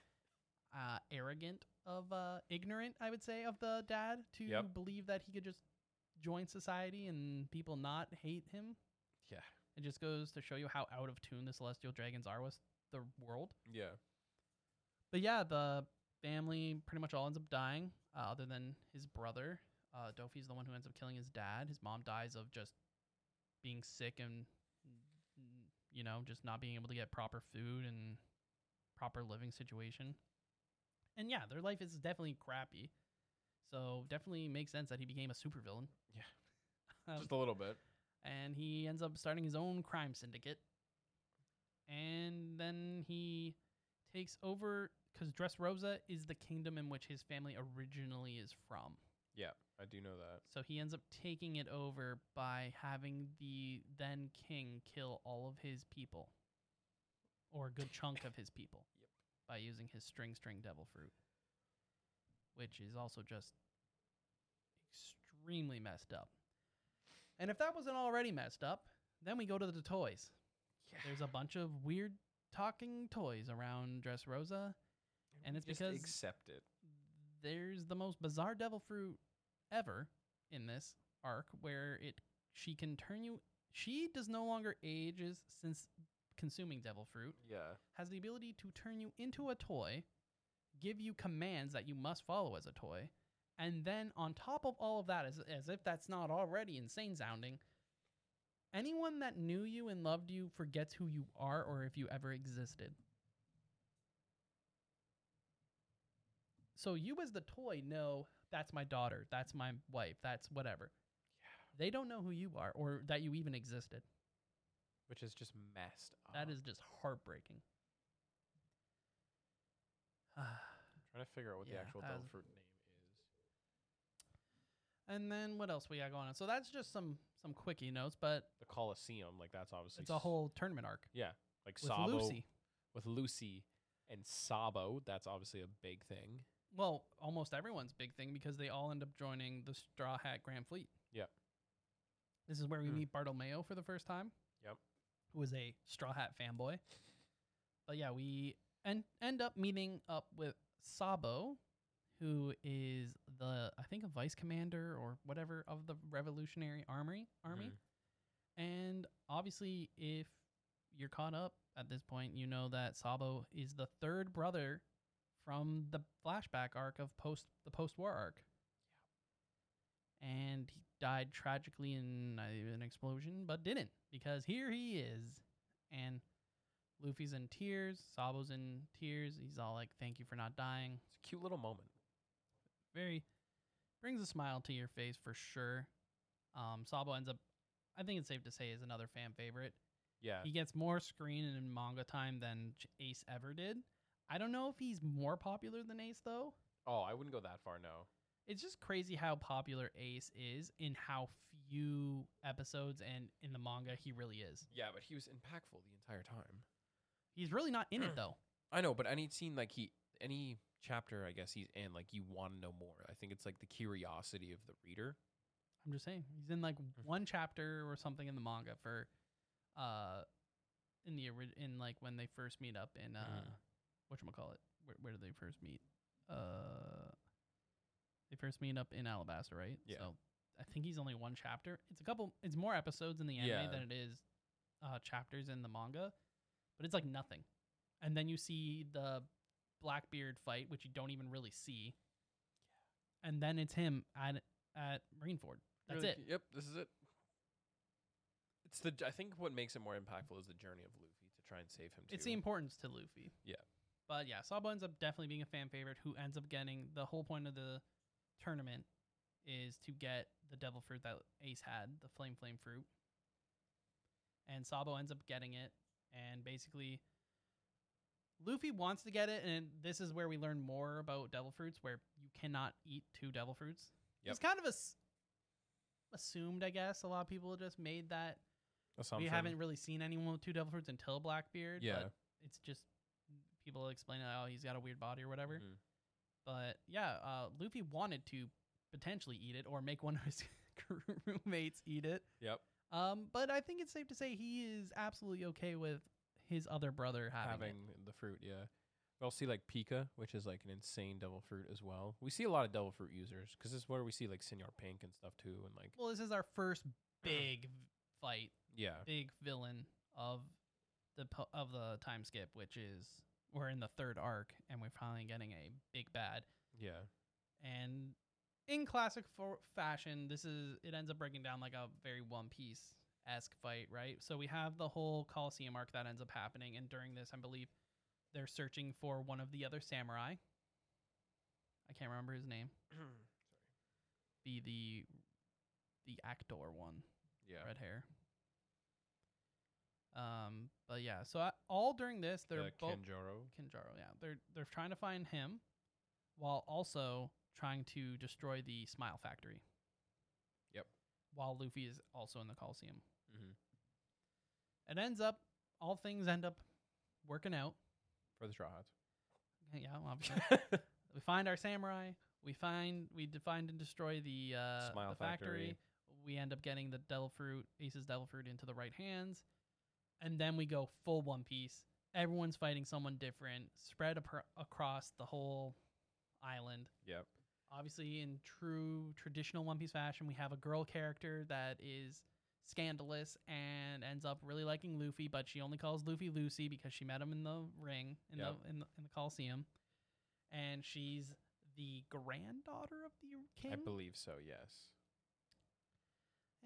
Speaker 3: uh, arrogant of uh, ignorant, I would say, of the dad to
Speaker 4: Yep.
Speaker 3: believe that he could just join society and people not hate him.
Speaker 4: Yeah.
Speaker 3: It just goes to show you how out of tune the celestial dragons are with the world.
Speaker 4: Yeah.
Speaker 3: But yeah, the family pretty much all ends up dying, uh, other than his brother. Uh, Dofi's the one who ends up killing his dad. His mom dies of just being sick and, mm, you know, just not being able to get proper food and proper living situation. And yeah, their life is definitely crappy. So definitely makes sense that he became a supervillain.
Speaker 4: Yeah.
Speaker 3: Um,
Speaker 4: Just a little bit.
Speaker 3: and he ends up starting his own crime syndicate. And then he takes over because Dressrosa is the kingdom in which his family originally is from.
Speaker 4: Yeah. I do know that.
Speaker 3: So he ends up taking it over by having the then king kill all of his people, or a good chunk of his people,
Speaker 4: Yep.
Speaker 3: by using his string string devil fruit, which is also just extremely messed up. And if that wasn't already messed up, then we go to the toys. There's a bunch of weird talking toys around Dressrosa. and it's
Speaker 4: Just
Speaker 3: because-
Speaker 4: accept it.
Speaker 3: there's the most bizarre devil fruit ever in this arc where it she can turn you she does no longer ages since consuming devil fruit
Speaker 4: Yeah.
Speaker 3: has the ability to turn you into a toy give you commands that you must follow as a toy and then on top of all of that as, as if that's not already insane sounding anyone that knew you and loved you forgets who you are or if you ever existed so you as the toy know that's my daughter that's my wife that's whatever they don't know who you are or that you even existed
Speaker 4: Which is just messed up.
Speaker 3: that is just heartbreaking
Speaker 4: trying to figure out what
Speaker 3: Yeah,
Speaker 4: the actual
Speaker 3: that
Speaker 4: devil
Speaker 3: was-
Speaker 4: fruit name is.
Speaker 3: And then what else we got going on? So that's just some some quickie notes, but
Speaker 4: The Colosseum, like that's obviously
Speaker 3: it's a
Speaker 4: s-
Speaker 3: whole tournament arc
Speaker 4: like
Speaker 3: with
Speaker 4: Sabo
Speaker 3: Lucy.
Speaker 4: with Lucy and Sabo. That's obviously a big thing.
Speaker 3: Well, almost everyone's big thing because they all end up joining the Straw Hat Grand Fleet.
Speaker 4: Yep.
Speaker 3: This is where we
Speaker 4: Hmm.
Speaker 3: meet Bartolomeo for the first time.
Speaker 4: Yep.
Speaker 3: Who is a Straw Hat fanboy. But yeah, we end end up meeting up with Sabo, who is the I think a vice commander or whatever of the Revolutionary Armory Army.
Speaker 4: Mhm.
Speaker 3: And obviously, if you're caught up at this point, you know that Sabo is the third brother from the flashback arc of post the post war arc. And he died tragically in uh, an explosion, but didn't because here he is, and Luffy's in tears, Sabo's in tears. He's all like, "Thank you for not dying."
Speaker 4: It's a cute little moment.
Speaker 3: very brings a smile to your face for sure. Um, Sabo ends up, I think it's safe to say, is another fan favorite.
Speaker 4: Yeah.
Speaker 3: He gets more screen and manga time than Ch- Ace ever did. I don't know if he's more popular than Ace though.
Speaker 4: Oh, I wouldn't go that far. No.
Speaker 3: It's just crazy how popular Ace is in how few episodes and in the manga he really is.
Speaker 4: Yeah, but he was impactful the entire time.
Speaker 3: He's really not in it though.
Speaker 4: I know, but any scene like he, any chapter, I guess he's in, like you want to know more. I think it's like the curiosity of the reader.
Speaker 3: I'm just saying he's in like
Speaker 4: Hmm.
Speaker 3: one chapter or something in the manga for, uh, in the ori- in like when they first meet up in uh,
Speaker 4: Mhm.
Speaker 3: what call it? Where, where do they first meet? Uh, they first meet up in Alabaster, right?
Speaker 4: Yeah.
Speaker 3: So I think he's only one chapter. It's a couple. It's more episodes in the anime
Speaker 4: Yeah.
Speaker 3: than it is uh, chapters in the manga, but it's like nothing. And then you see the Blackbeard fight, which you don't even really see. And then it's him at at Marineford. That's
Speaker 4: You're
Speaker 3: it.
Speaker 4: like, Yep, this is it. It's the. I think what makes it more impactful is the journey of Luffy to try and save him. Too.
Speaker 3: It's the importance to Luffy.
Speaker 4: Yeah.
Speaker 3: But yeah, Sabo ends up definitely being a fan favorite who ends up getting the whole point of the tournament is to get the devil fruit that Ace had, the flame flame fruit. And Sabo ends up getting it and basically Luffy wants to get it and this is where we learn more about devil fruits where you cannot eat two devil fruits. It's kind of a s- assumed, I guess. A lot of people just made that we
Speaker 4: Assumption.
Speaker 3: haven't really seen anyone with two devil fruits until Blackbeard.
Speaker 4: Yeah.
Speaker 3: But it's just people explain oh he's got a weird body or whatever.
Speaker 4: Mhm.
Speaker 3: But yeah, uh, Luffy wanted to potentially eat it or make one of his roommates eat it.
Speaker 4: Yep.
Speaker 3: Um, but I think it's safe to say he is absolutely okay with his other brother having,
Speaker 4: Having
Speaker 3: it.
Speaker 4: the fruit, yeah. We also see like Pika, which is like an insane devil fruit as well. We see a lot of devil fruit users because this is where we see like Senor Pink and stuff too, and like
Speaker 3: Well, this is our first big v- fight,
Speaker 4: yeah,
Speaker 3: big villain of the po- of the time skip, which is we're in the third arc and we're finally getting a big bad.
Speaker 4: yeah,
Speaker 3: and in classic for fashion this is it ends up breaking down like a very one piece esque fight right so we have the whole coliseum arc that ends up happening and during this i believe they're searching for one of the other samurai i can't remember his name be the the actor one
Speaker 4: yeah.
Speaker 3: red hair um but yeah so I, all during this they're
Speaker 4: The
Speaker 3: both
Speaker 4: Kanjuro.
Speaker 3: Kinjaro, yeah. They're they're trying to find him while also trying to destroy the Smile Factory.
Speaker 4: Yep.
Speaker 3: While Luffy is also in the Coliseum.
Speaker 4: Mhm.
Speaker 3: It ends up all things end up working out.
Speaker 4: for the Straw Hats.
Speaker 3: Yeah, obviously. we find our samurai. We find we d- find and destroy the uh,
Speaker 4: Smile
Speaker 3: the factory.
Speaker 4: Factory.
Speaker 3: We end up getting the devil fruit, Ace's devil fruit, into the right hands, and then we go full One Piece. Everyone's fighting someone different, spread apro- across the whole island.
Speaker 4: yep.
Speaker 3: Obviously, in true traditional One Piece fashion, we have a girl character that is scandalous and ends up really liking Luffy, but she only calls Luffy Lucy because she met him in the ring in
Speaker 4: Yep.
Speaker 3: the in the, in the Coliseum, and she's the granddaughter of the king.
Speaker 4: I believe so. Yes.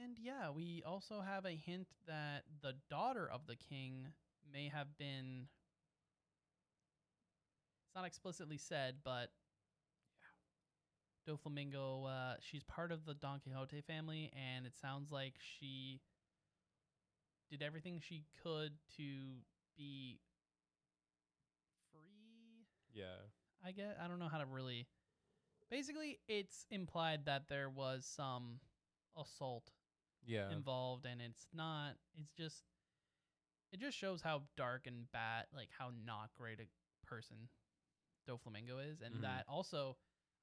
Speaker 3: And yeah, we also have a hint that the daughter of the king may have been. It's not explicitly said, but yeah, Doflamingo. Uh, she's part of the Don Quixote family, and it sounds like she did everything she could to be free.
Speaker 4: Yeah.
Speaker 3: I guess I don't know how to really. Basically, it's implied that there was some assault
Speaker 4: Yeah.
Speaker 3: involved and it's not it's just it just shows how dark and bad like how not great a person Doflamingo is and
Speaker 4: Mhm.
Speaker 3: that also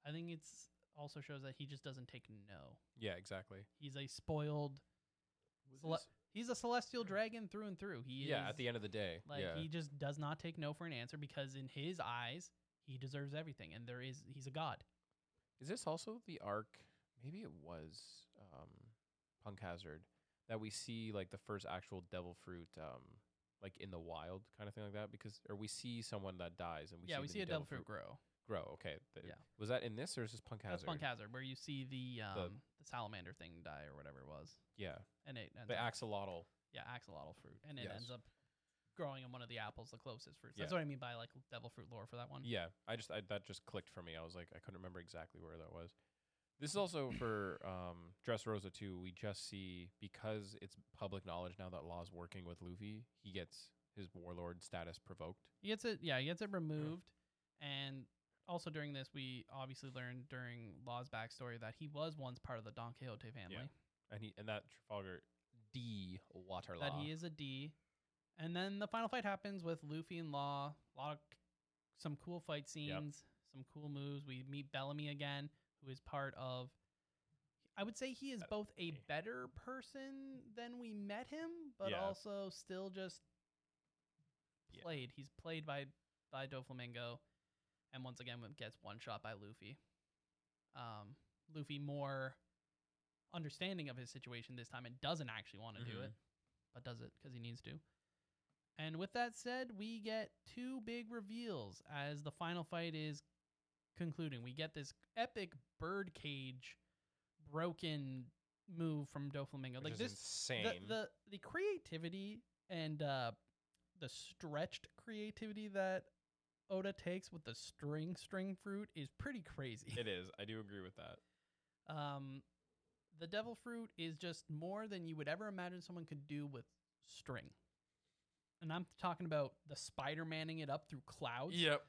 Speaker 3: I think it's also shows that he just doesn't take no.
Speaker 4: yeah. Exactly.
Speaker 3: He's a spoiled Cele- he's a celestial dragon through and through. He
Speaker 4: yeah.
Speaker 3: is
Speaker 4: At the end of the day.
Speaker 3: like
Speaker 4: yeah.
Speaker 3: he just does not take no for an answer because in his eyes he deserves everything and there is he's a god.
Speaker 4: Is this also the arc? Maybe it was um, Punk Hazard that we see like the first actual Devil Fruit um, like in the wild kind of thing like that because or we see someone that dies and we
Speaker 3: yeah,
Speaker 4: see
Speaker 3: we
Speaker 4: the
Speaker 3: see
Speaker 4: new
Speaker 3: a devil fruit grow.
Speaker 4: grow. Okay, th-
Speaker 3: Yeah.
Speaker 4: Was that in this or is this Punk Hazard?
Speaker 3: That's Punk Hazard, where you see the um
Speaker 4: The-
Speaker 3: the, salamander thing die or whatever it was,
Speaker 4: Yeah,
Speaker 3: and it ends
Speaker 4: the
Speaker 3: up,
Speaker 4: axolotl.
Speaker 3: yeah axolotl fruit, and it ends
Speaker 4: Yes.
Speaker 3: up growing on one of the apples, the closest fruits. That's
Speaker 4: Yeah.
Speaker 3: what I mean by like devil fruit lore for that one.
Speaker 4: Yeah, I just I, that just clicked for me. I was like, I couldn't remember exactly where that was. This is also for um, Dress Rosa too. We just see because it's public knowledge now that Law's working with Luffy, he gets his warlord status provoked.
Speaker 3: He gets it. Yeah, he
Speaker 4: Uh-huh.
Speaker 3: gets it removed, and also during this, we obviously learned during Law's backstory that he was once part of the Don Quixote family.
Speaker 4: and he and that Trafalgar D water law.
Speaker 3: that he is a D. And then the final fight happens with Luffy and Law. A lot of c- some cool fight scenes, some cool moves. We meet Bellamy again, who is part of. I would say he is
Speaker 4: Uh,
Speaker 3: both a
Speaker 4: yeah.
Speaker 3: better person than we met him, but
Speaker 4: Yeah.
Speaker 3: also still just
Speaker 4: Yeah.
Speaker 3: played. He's played by by Doflamingo, and once again w- gets one shot by Luffy. Um, Luffy more understanding of his situation this time and doesn't actually want to do
Speaker 4: Mhm.
Speaker 3: it, but does it because he needs to. And with that said, we get two big reveals as the final fight is concluding. We get this epic birdcage broken move from Doflamingo.
Speaker 4: which
Speaker 3: like
Speaker 4: is
Speaker 3: this
Speaker 4: insane.
Speaker 3: the, the the creativity and uh the stretched creativity that Oda takes with the string string fruit is pretty crazy.
Speaker 4: it is. I do agree with that.
Speaker 3: Um, the devil fruit is just more than you would ever imagine someone could do with string. And I'm talking about the Spider Manning it up through clouds.
Speaker 4: Yep.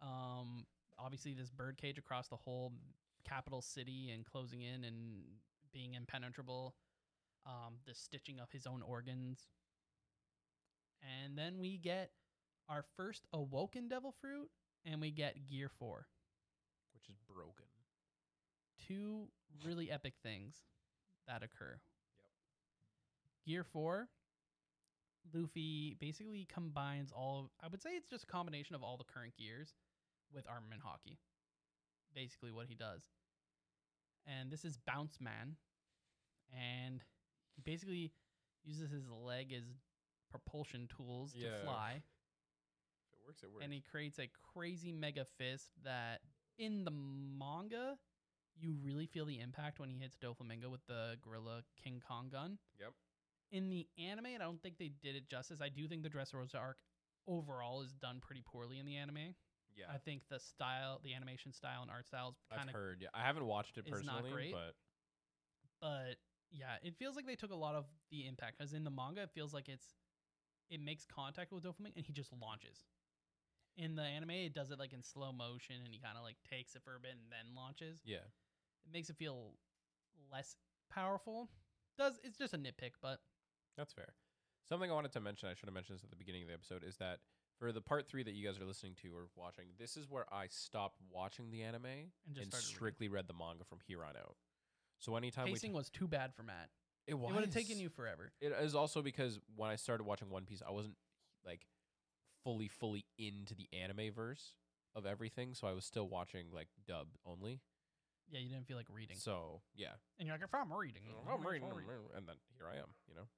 Speaker 3: Um, obviously, this birdcage across the whole capital city and closing in and being impenetrable. Um, the stitching of his own organs. And then we get our first awoken devil fruit, and we get gear four.
Speaker 4: Which is broken.
Speaker 3: two really epic things that occur. Gear four, Luffy basically combines all. Of, I would say it's just a combination of all the current gears with armament hockey. Basically, what he does, and this is Bounce Man, and he basically uses his leg as propulsion tools
Speaker 4: Yeah.
Speaker 3: to fly
Speaker 4: If it works, it works.
Speaker 3: and he creates a crazy mega fist that in the manga you really feel the impact when he hits Doflamingo with the gorilla King Kong gun.
Speaker 4: Yep.
Speaker 3: In the anime, and I don't think they did it justice. I do think the Dressrosa arc overall is done pretty poorly in the anime.
Speaker 4: yeah.
Speaker 3: I think the style, the animation style and art style is
Speaker 4: I've
Speaker 3: kind of
Speaker 4: heard. Yeah, I haven't watched it
Speaker 3: is not
Speaker 4: personally,
Speaker 3: great.
Speaker 4: but
Speaker 3: but yeah, it feels like they took a lot of the impact because in the manga, it feels like it's it makes contact with Doflamingo and he just launches. In the anime, it does it like in slow motion and he kind of like takes it for a bit and then launches.
Speaker 4: yeah,
Speaker 3: It makes it feel less powerful. Does it's just a nitpick, but
Speaker 4: that's fair. Something I wanted to mention, I should have mentioned this at the beginning of the episode, is that for the part three that you guys are listening to or watching, this is where I stopped watching the anime
Speaker 3: and just
Speaker 4: and
Speaker 3: started reading.
Speaker 4: strictly read the manga from here on out. So anytime
Speaker 3: pacing
Speaker 4: we
Speaker 3: was too bad for Matt.
Speaker 4: t- it,
Speaker 3: It would have taken
Speaker 4: was.
Speaker 3: you forever.
Speaker 4: It is also because when I started watching One Piece, I wasn't like fully, fully into the anime verse of everything, so I was still watching like dub only.
Speaker 3: Yeah, you didn't feel like reading, Mm-hmm.
Speaker 4: So yeah,
Speaker 3: and you're like, if I'm reading, I'm reading.
Speaker 4: and then here I am, you know.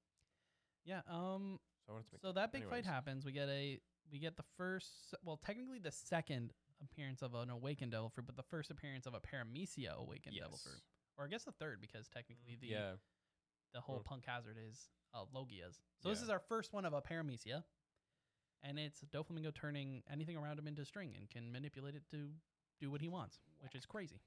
Speaker 3: Yeah. Um.
Speaker 4: So I wanted to make
Speaker 3: So that big
Speaker 4: anyways.
Speaker 3: fight happens. We get a we get the first well, technically the second appearance of an awakened devil fruit, but the first appearance of a paramecia awakened devil
Speaker 4: Yes.
Speaker 3: fruit. Or I guess the third because technically the
Speaker 4: yeah.
Speaker 3: the whole
Speaker 4: Mm.
Speaker 3: punk hazard is uh, Logias. So this
Speaker 4: Yeah.
Speaker 3: is our first one of a paramecia. And it's Doflamingo turning anything around him into string and can manipulate it to do what he wants, which is crazy.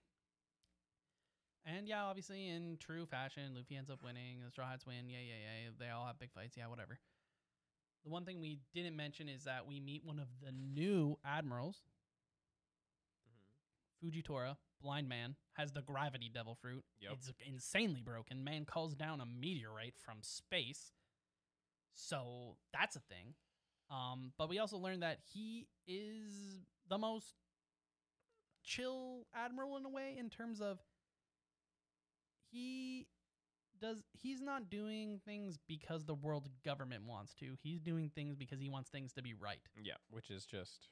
Speaker 3: And yeah, obviously, in true fashion, Luffy ends up winning. The Straw Hats win. Yeah, yeah, yeah. They all have big fights. Yeah, whatever. The one thing we didn't mention is that we meet one of the new admirals, Fujitora, blind man, has the gravity devil fruit.
Speaker 4: Yep.
Speaker 3: It's insanely broken. Man calls down a meteorite from space. So that's a thing. Um, but we also learned that he is the most chill admiral in a way in terms of he does he's not doing things because the world government wants to. He's doing things because he wants things to be right.
Speaker 4: Yeah, which is just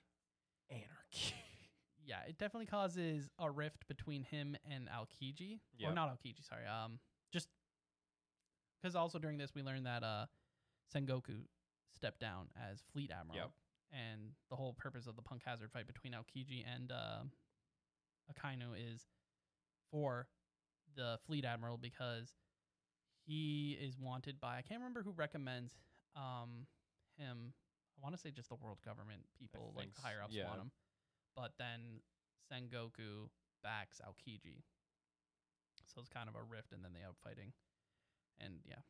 Speaker 4: anarchy.
Speaker 3: yeah, it definitely causes a rift between him and Aokiji. Or
Speaker 4: Yep.
Speaker 3: not Aokiji, sorry. Um, just because also during this we learned that uh, Sengoku stepped down as fleet admiral.
Speaker 4: Yep.
Speaker 3: And the whole purpose of the Punk Hazard fight between Aokiji and uh, Akainu is for the fleet admiral because he is wanted by I can't remember who recommends um him. I want to say just the world government people, like
Speaker 4: think
Speaker 3: the higher
Speaker 4: s-
Speaker 3: ups
Speaker 4: yeah.
Speaker 3: want him. But then Sengoku backs Aokiji. So it's kind of a rift, and then they have fighting, and yeah,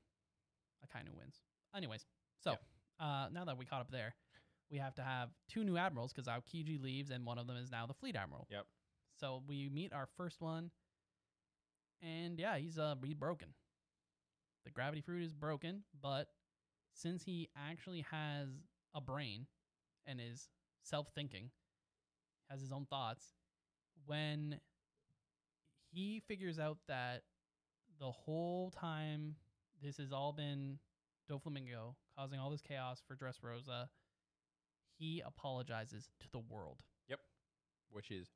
Speaker 3: Akainu wins. Anyways, so uh, now that we caught up there, we have to have two new admirals because Aokiji leaves, and one of them is now the fleet admiral.
Speaker 4: Yep.
Speaker 3: So we meet our first one, and yeah, he's uh he's broken. The gravity fruit is broken, but since he actually has a brain and is self-thinking, has his own thoughts, when he figures out that the whole time this has all been Doflamingo causing all this chaos for Dressrosa, he apologizes to the world
Speaker 4: which is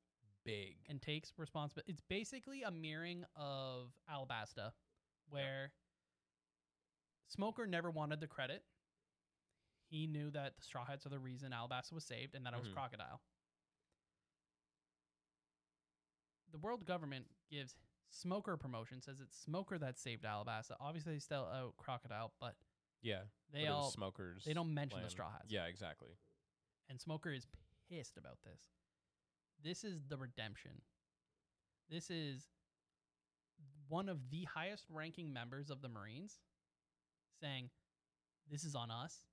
Speaker 4: big.
Speaker 3: and takes responsibility. It's basically a mirroring of Alabasta, where Smoker never wanted the credit. He knew that the Straw Hats are the reason Alabasta was saved and that it was
Speaker 4: Mhm.
Speaker 3: Crocodile. The world government gives Smoker a promotion, says it's Smoker that saved Alabasta. Obviously, they still out Crocodile, but
Speaker 4: yeah,
Speaker 3: they
Speaker 4: but it was
Speaker 3: all
Speaker 4: smokers.
Speaker 3: they don't mention the
Speaker 4: plan.
Speaker 3: Straw Hats.
Speaker 4: Yeah, exactly.
Speaker 3: And Smoker is pissed about this. This is the redemption. This is one of the highest ranking members of the Marines saying, This is on us.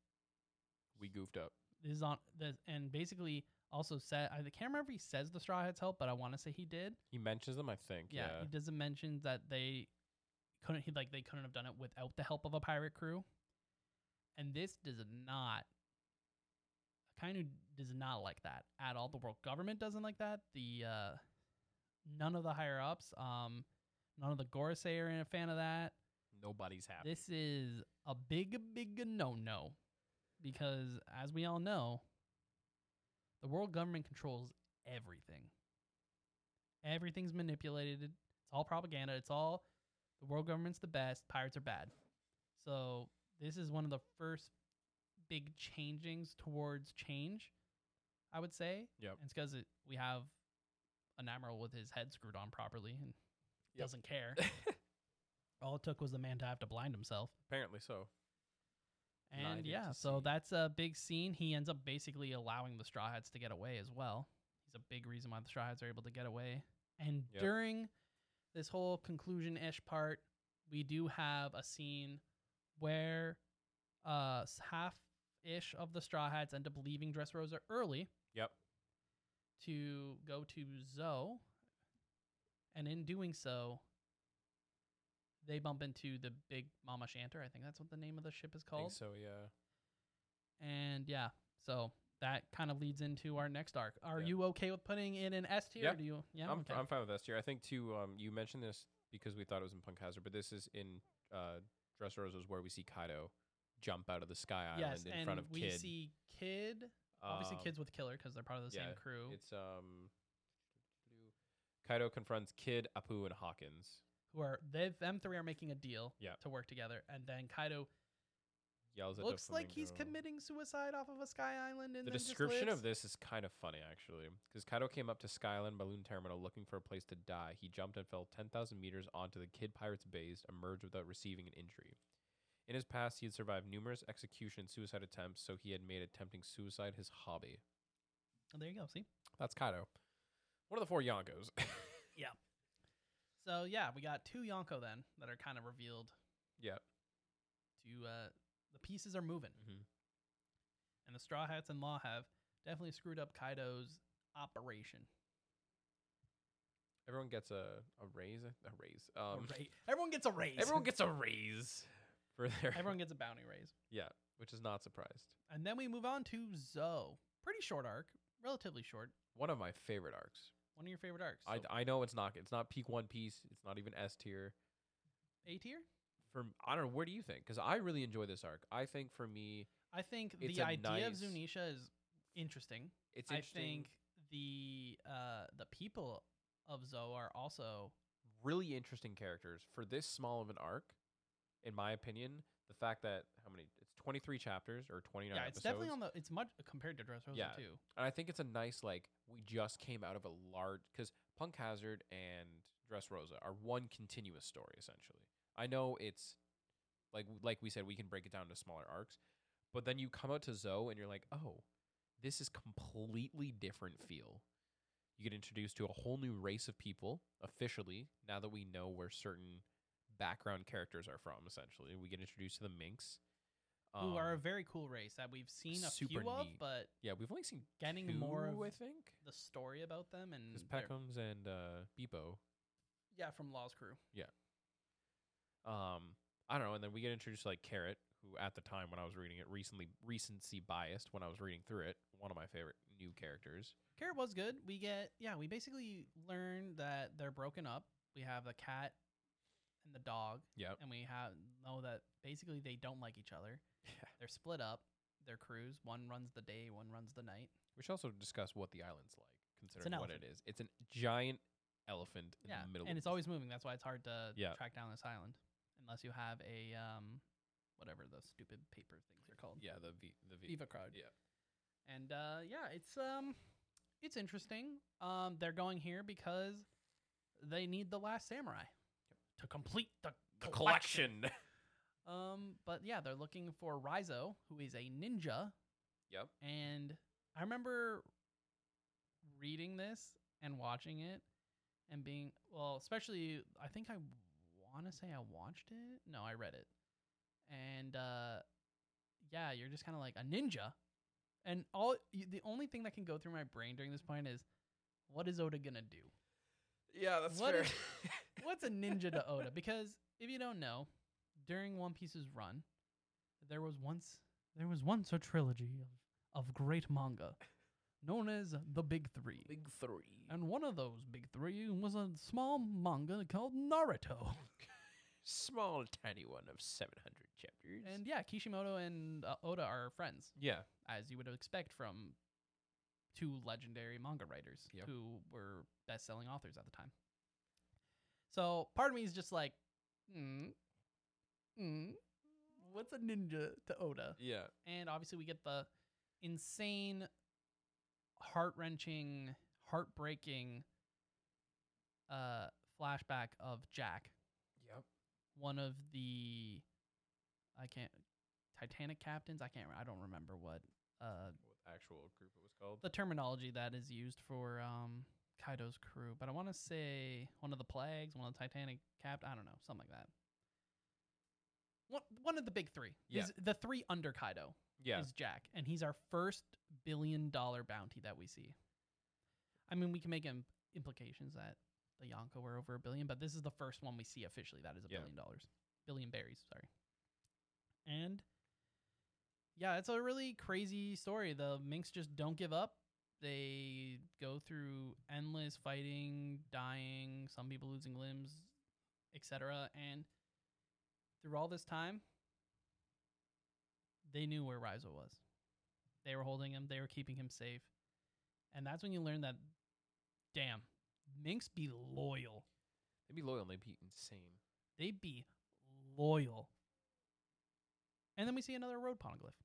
Speaker 4: We goofed up.
Speaker 3: This is on this and basically also said I can't remember if he says the Straw Hats help, but I want to say he did.
Speaker 4: He mentions them, I think.
Speaker 3: Yeah.
Speaker 4: Yeah.
Speaker 3: He doesn't mention that they couldn't he like they couldn't have done it without the help of a pirate crew. And this does not kind of does not like that at all. The world government doesn't like that. The uh none of the higher ups, um none of the Gorosei are a fan of that.
Speaker 4: Nobody's happy.
Speaker 3: This is a big, big no no. Because as we all know, the world government controls everything. Everything's manipulated. It's all propaganda. It's all the world government's the best. Pirates are bad. So this is one of the first big changings towards change, I would say.
Speaker 4: Yep.
Speaker 3: And it's because it, we have an admiral with his head screwed on properly and
Speaker 4: Yep.
Speaker 3: doesn't care. All it took was the man to have to blind himself.
Speaker 4: Apparently so.
Speaker 3: And
Speaker 4: Neither
Speaker 3: yeah,
Speaker 4: to
Speaker 3: so
Speaker 4: see.
Speaker 3: that's a big scene. He ends up basically allowing the Straw Hats to get away as well. He's a big reason why the Straw Hats are able to get away. And
Speaker 4: Yep.
Speaker 3: during this whole conclusion ish part, we do have a scene where uh half ish of the Straw Hats end up leaving Dressrosa early
Speaker 4: Yep.
Speaker 3: to go to Zoe. And in doing so, they bump into the Big Mama Shanter. I think that's what the name of the ship is
Speaker 4: I think
Speaker 3: called.
Speaker 4: so, yeah.
Speaker 3: And yeah, so that kind of leads into our next arc. Are
Speaker 4: Yeah.
Speaker 3: you okay with putting in an S tier?
Speaker 4: Yeah.
Speaker 3: or Do you? Yeah,
Speaker 4: I'm,
Speaker 3: okay.
Speaker 4: I'm fine with S tier. I think too. Um, you mentioned this because we thought it was in Punk Hazard, but this is in uh, Dressrosa's where we see Kaido jump out of the Sky Island
Speaker 3: yes,
Speaker 4: in
Speaker 3: and
Speaker 4: front of
Speaker 3: we
Speaker 4: Kid.
Speaker 3: see Kid. Obviously,
Speaker 4: Um,
Speaker 3: Kid's with Killer because they're part of the same
Speaker 4: yeah,
Speaker 3: crew,
Speaker 4: It's um, Kaido confronts Kid, Apu, and Hawkins.
Speaker 3: who are they? Them three are making a deal
Speaker 4: Yeah.
Speaker 3: to work together, and then Kaido
Speaker 4: Yells at
Speaker 3: looks like he's
Speaker 4: Doflamingo.
Speaker 3: committing suicide off of a sky island. And
Speaker 4: The
Speaker 3: then just
Speaker 4: description
Speaker 3: lives.
Speaker 4: of this is kind of funny, actually, because Kaido came up to Sky Island Balloon Terminal looking for a place to die. He jumped and fell 10,000 meters onto the Kid Pirates base, emerged without receiving an injury. In his past, he had survived numerous execution and suicide attempts, so he had made attempting suicide his hobby.
Speaker 3: Oh, there you go. See.
Speaker 4: That's Kaido. One of the four Yonkos.
Speaker 3: So yeah, we got two Yonko then that are kind of revealed.
Speaker 4: yeah.
Speaker 3: To uh, the pieces are moving.
Speaker 4: Mhm. Mm.
Speaker 3: and the Straw Hats and Law have definitely screwed up Kaido's operation.
Speaker 4: Everyone gets a, a raise. A raise. Um,
Speaker 3: a ra- everyone gets a raise.
Speaker 4: Everyone gets a raise for their.
Speaker 3: Everyone gets a bounty raise.
Speaker 4: yeah, which is not surprised.
Speaker 3: And then we move on to Zoe. Pretty short arc, relatively short.
Speaker 4: One of my favorite arcs.
Speaker 3: One of your favorite arcs.
Speaker 4: I,
Speaker 3: So
Speaker 4: I know it's not it's not peak One Piece. It's not even S tier.
Speaker 3: A tier.
Speaker 4: For m- I don't know. Where do you think? Because I really enjoy this arc. I think for me,
Speaker 3: I think
Speaker 4: It's
Speaker 3: the
Speaker 4: a
Speaker 3: idea of
Speaker 4: nice-
Speaker 3: Zunisha is interesting.
Speaker 4: it's
Speaker 3: I
Speaker 4: interesting,
Speaker 3: think the uh, the people of Zoe are also
Speaker 4: really interesting characters for this small of an arc. In my opinion, the fact that how many it's 23 chapters or 29
Speaker 3: yeah,
Speaker 4: episodes.
Speaker 3: it's definitely on the. It's much compared to Dressrosa
Speaker 4: Yeah.
Speaker 3: too.
Speaker 4: and I think it's a nice like we just came out of a large because Punk Hazard and Dressrosa are one continuous story essentially. I know it's like like we said we can break it down to smaller arcs, but then you come out to Zoe and you're like, oh, this is completely different feel. You get introduced to a whole new race of people officially now that we know where certain background characters are from. Essentially, we get introduced to the Minx.
Speaker 3: who are a
Speaker 4: Um,
Speaker 3: very cool race that we've seen a few
Speaker 4: super
Speaker 3: of,
Speaker 4: neat.
Speaker 3: but
Speaker 4: yeah, we've only seen
Speaker 3: getting more
Speaker 4: two,
Speaker 3: of
Speaker 4: I think
Speaker 3: the story about them and
Speaker 4: Because
Speaker 3: their-
Speaker 4: Peckham's and uh, Bebo.
Speaker 3: yeah, from Law's crew.
Speaker 4: Um, I don't know. And then we get introduced to like Carrot, who at the time when I was reading it, recently recency biased when I was reading through it, one of my favorite new characters.
Speaker 3: Carrot was good. We get yeah, we basically learn that they're broken up. We have the cat and the dog,
Speaker 4: Yep.
Speaker 3: and we have know that basically they don't like each other.
Speaker 4: Yeah.
Speaker 3: They're split up. Their crews. One runs the day. One runs the night.
Speaker 4: We should also discuss what the island's like, considering
Speaker 3: an
Speaker 4: what it is. It's a giant elephant in
Speaker 3: yeah,
Speaker 4: the middle.
Speaker 3: and
Speaker 4: of
Speaker 3: it's
Speaker 4: this-
Speaker 3: always moving. That's why it's hard to
Speaker 4: Yeah.
Speaker 3: track down this island unless you have a um, whatever the stupid paper things are called.
Speaker 4: yeah the v, the v.
Speaker 3: Viva crowd.
Speaker 4: Yeah.
Speaker 3: And uh, yeah, it's um, it's interesting. Um, they're going here because they need the Last Samurai to complete the,
Speaker 4: The collection.
Speaker 3: Um, but yeah, they're looking for Rizo, who is a ninja,
Speaker 4: yep.
Speaker 3: and I remember reading this and watching it and being well, especially I think I want to say I watched it. No, I read it, and uh, yeah, you're just kind of like a ninja, and all y- the only thing that can go through my brain during this point is, what is Oda gonna do?
Speaker 4: Yeah,
Speaker 3: that's What fair. is- What's a ninja to Oda? Because if you don't know, during One Piece's run, there was once there was once a trilogy of, of great manga known as the Big Three.
Speaker 4: Big three.
Speaker 3: and one of those big three was a small manga called Naruto.
Speaker 4: Small, tiny one of 700 chapters.
Speaker 3: And yeah, Kishimoto and uh, Oda are friends,
Speaker 4: yeah.
Speaker 3: as you would expect from two legendary manga writers
Speaker 4: Yep.
Speaker 3: who were best selling authors at the time. So part of me is just like, mm, mm, what's a ninja to Oda?
Speaker 4: Yeah.
Speaker 3: And obviously, we get the insane, heart wrenching, heartbreaking uh, flashback of Jack,
Speaker 4: Yep.
Speaker 3: one of the I can't Titanic captains. I can't. I don't remember what uh,
Speaker 4: What actual group it was called?
Speaker 3: the terminology that is used for um, Kaido's crew, but I want to say one of the plagues, one of the Titanic capt. I don't know, something like that. One, one of the big three.
Speaker 4: Yeah.
Speaker 3: Is the three under Kaido
Speaker 4: yeah.
Speaker 3: is Jack, and he's our first billion dollar bounty that we see. I mean, we can make im- implications that the Yonko were over a billion, but this is the first one we see officially that is a
Speaker 4: Yeah.
Speaker 3: billion dollars, billion berries, sorry. And yeah, it's a really crazy story. The Minks just don't give up. They go through endless fighting, dying, some people losing limbs, etc. And through all this time, they knew where Rizo was. They were holding him, they were keeping him safe. And that's when you learn that damn, Minx be loyal.
Speaker 4: They'd be loyal and they'd be insane.
Speaker 3: They be loyal. And then we see another road poneglyph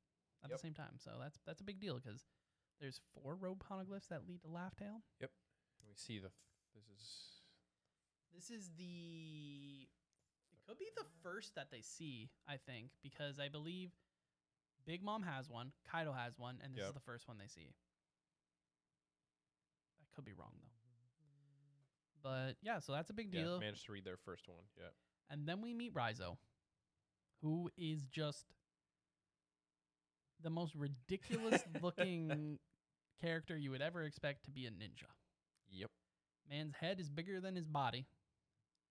Speaker 3: at
Speaker 4: Yep.
Speaker 3: the same time. So that's that's a big deal because there's four road poneglyphs that lead to Laughtail.
Speaker 4: We see the. This is.
Speaker 3: This is the. It could be the first that they see, I think, because I believe Big Mom has one, Kaido has one, and this is
Speaker 4: Yep.
Speaker 3: the first one they see. I could be wrong though. But yeah, so that's a big
Speaker 4: Yeah,
Speaker 3: deal.
Speaker 4: managed to read their first one. Yeah.
Speaker 3: and then we meet Rizo, who is just the most ridiculous looking character you would ever expect to be a ninja.
Speaker 4: Yep.
Speaker 3: Man's head is bigger than his body,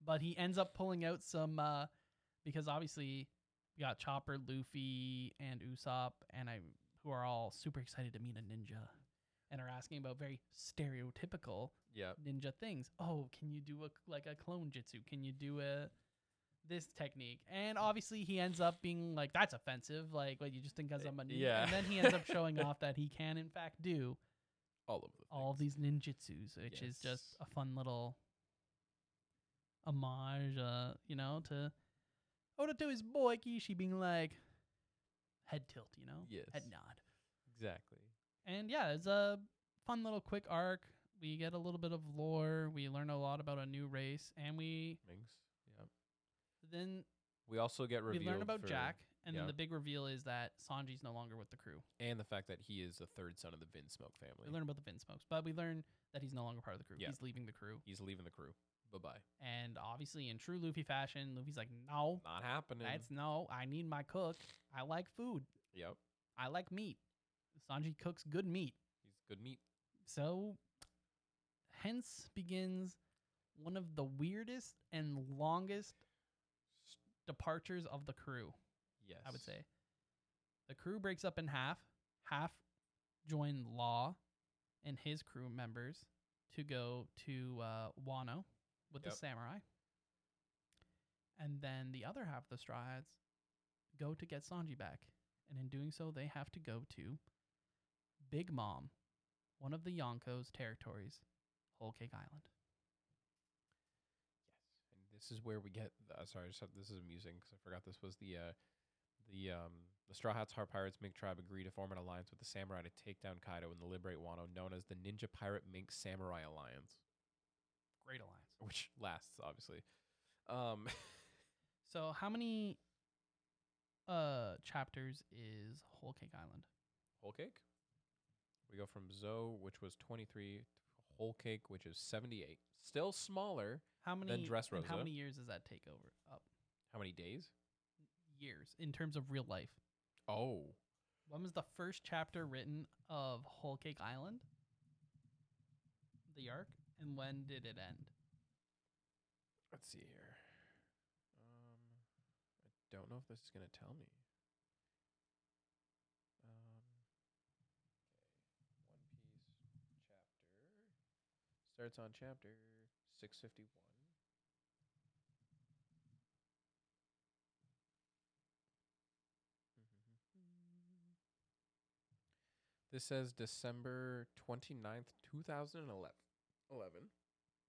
Speaker 3: but he ends up pulling out some uh, because obviously we got Chopper, Luffy, and Usopp, and I who are all super excited to meet a ninja, and are asking about very stereotypical
Speaker 4: Yep.
Speaker 3: ninja things. Oh, can you do a like a clone jutsu? Can you do a this technique? And obviously he ends up being like, that's offensive. Like, what you just think because I'm a ninja,
Speaker 4: Yeah.
Speaker 3: and then he ends up showing off that he can in fact do
Speaker 4: All of them.
Speaker 3: all these ninjutsus, which is just
Speaker 4: Yes.
Speaker 3: a fun little homage, uh, you know, to Oda to his boy Kishi being like head tilt, you know? Head
Speaker 4: Yes.
Speaker 3: nod.
Speaker 4: Exactly.
Speaker 3: And yeah, it's a fun little quick arc. We get a little bit of lore. We learn a lot about a new race, and we
Speaker 4: Minx. Yeah.
Speaker 3: then
Speaker 4: We also get revealed
Speaker 3: we learn about
Speaker 4: for-
Speaker 3: Jack. And
Speaker 4: yeah.
Speaker 3: then the big reveal is that Sanji's no longer with the crew.
Speaker 4: and the fact that he is the third son of the Vin Smoke family.
Speaker 3: We learn about the Vin smokes, but we learn that he's no longer part of the crew.
Speaker 4: Yeah.
Speaker 3: He's leaving the crew.
Speaker 4: He's leaving the crew. Bye bye.
Speaker 3: And obviously, in true Luffy fashion, Luffy's like, no,
Speaker 4: Not happening.
Speaker 3: that's no. I need my cook. I like food.
Speaker 4: Yep.
Speaker 3: I like meat. Sanji cooks good meat.
Speaker 4: He's good meat.
Speaker 3: So, hence begins one of the weirdest and longest departures of the crew,
Speaker 4: Yes.
Speaker 3: I would say. The crew breaks up in half. Half join Law and his crew members to go to uh, Wano with
Speaker 4: Yep.
Speaker 3: the samurai. And then the other half of the Straw Hats go to get Sanji back. And in doing so, they have to go to Big Mom, one of the Yonko's territories, Whole Cake Island.
Speaker 4: And this is where we get. Uh, sorry, I just have, this is amusing because I forgot this was the, uh, the um, the Straw Hats, Heart Pirates, Mink Tribe agree to form an alliance with the Samurai to take down Kaido and to liberate Wano, known as the Ninja Pirate Mink Samurai Alliance,
Speaker 3: Great alliance.
Speaker 4: which lasts obviously. Um,
Speaker 3: So, how many uh chapters is Whole Cake Island?
Speaker 4: whole cake. We go from Zoe, which was twenty three, whole cake, which is seventy eight. Still smaller.
Speaker 3: How many? and How
Speaker 4: Dressrosa.
Speaker 3: many years does that take over? Up
Speaker 4: How many days?
Speaker 3: years in terms of real life.
Speaker 4: Oh,
Speaker 3: When was the first chapter written of Whole Cake Island? The arc, and when did it end?
Speaker 4: Let's see here. Um, I don't know if this is gonna tell me. Um, okay. One Piece chapter starts on chapter six fifty one. This says December 29th, 2011. 11.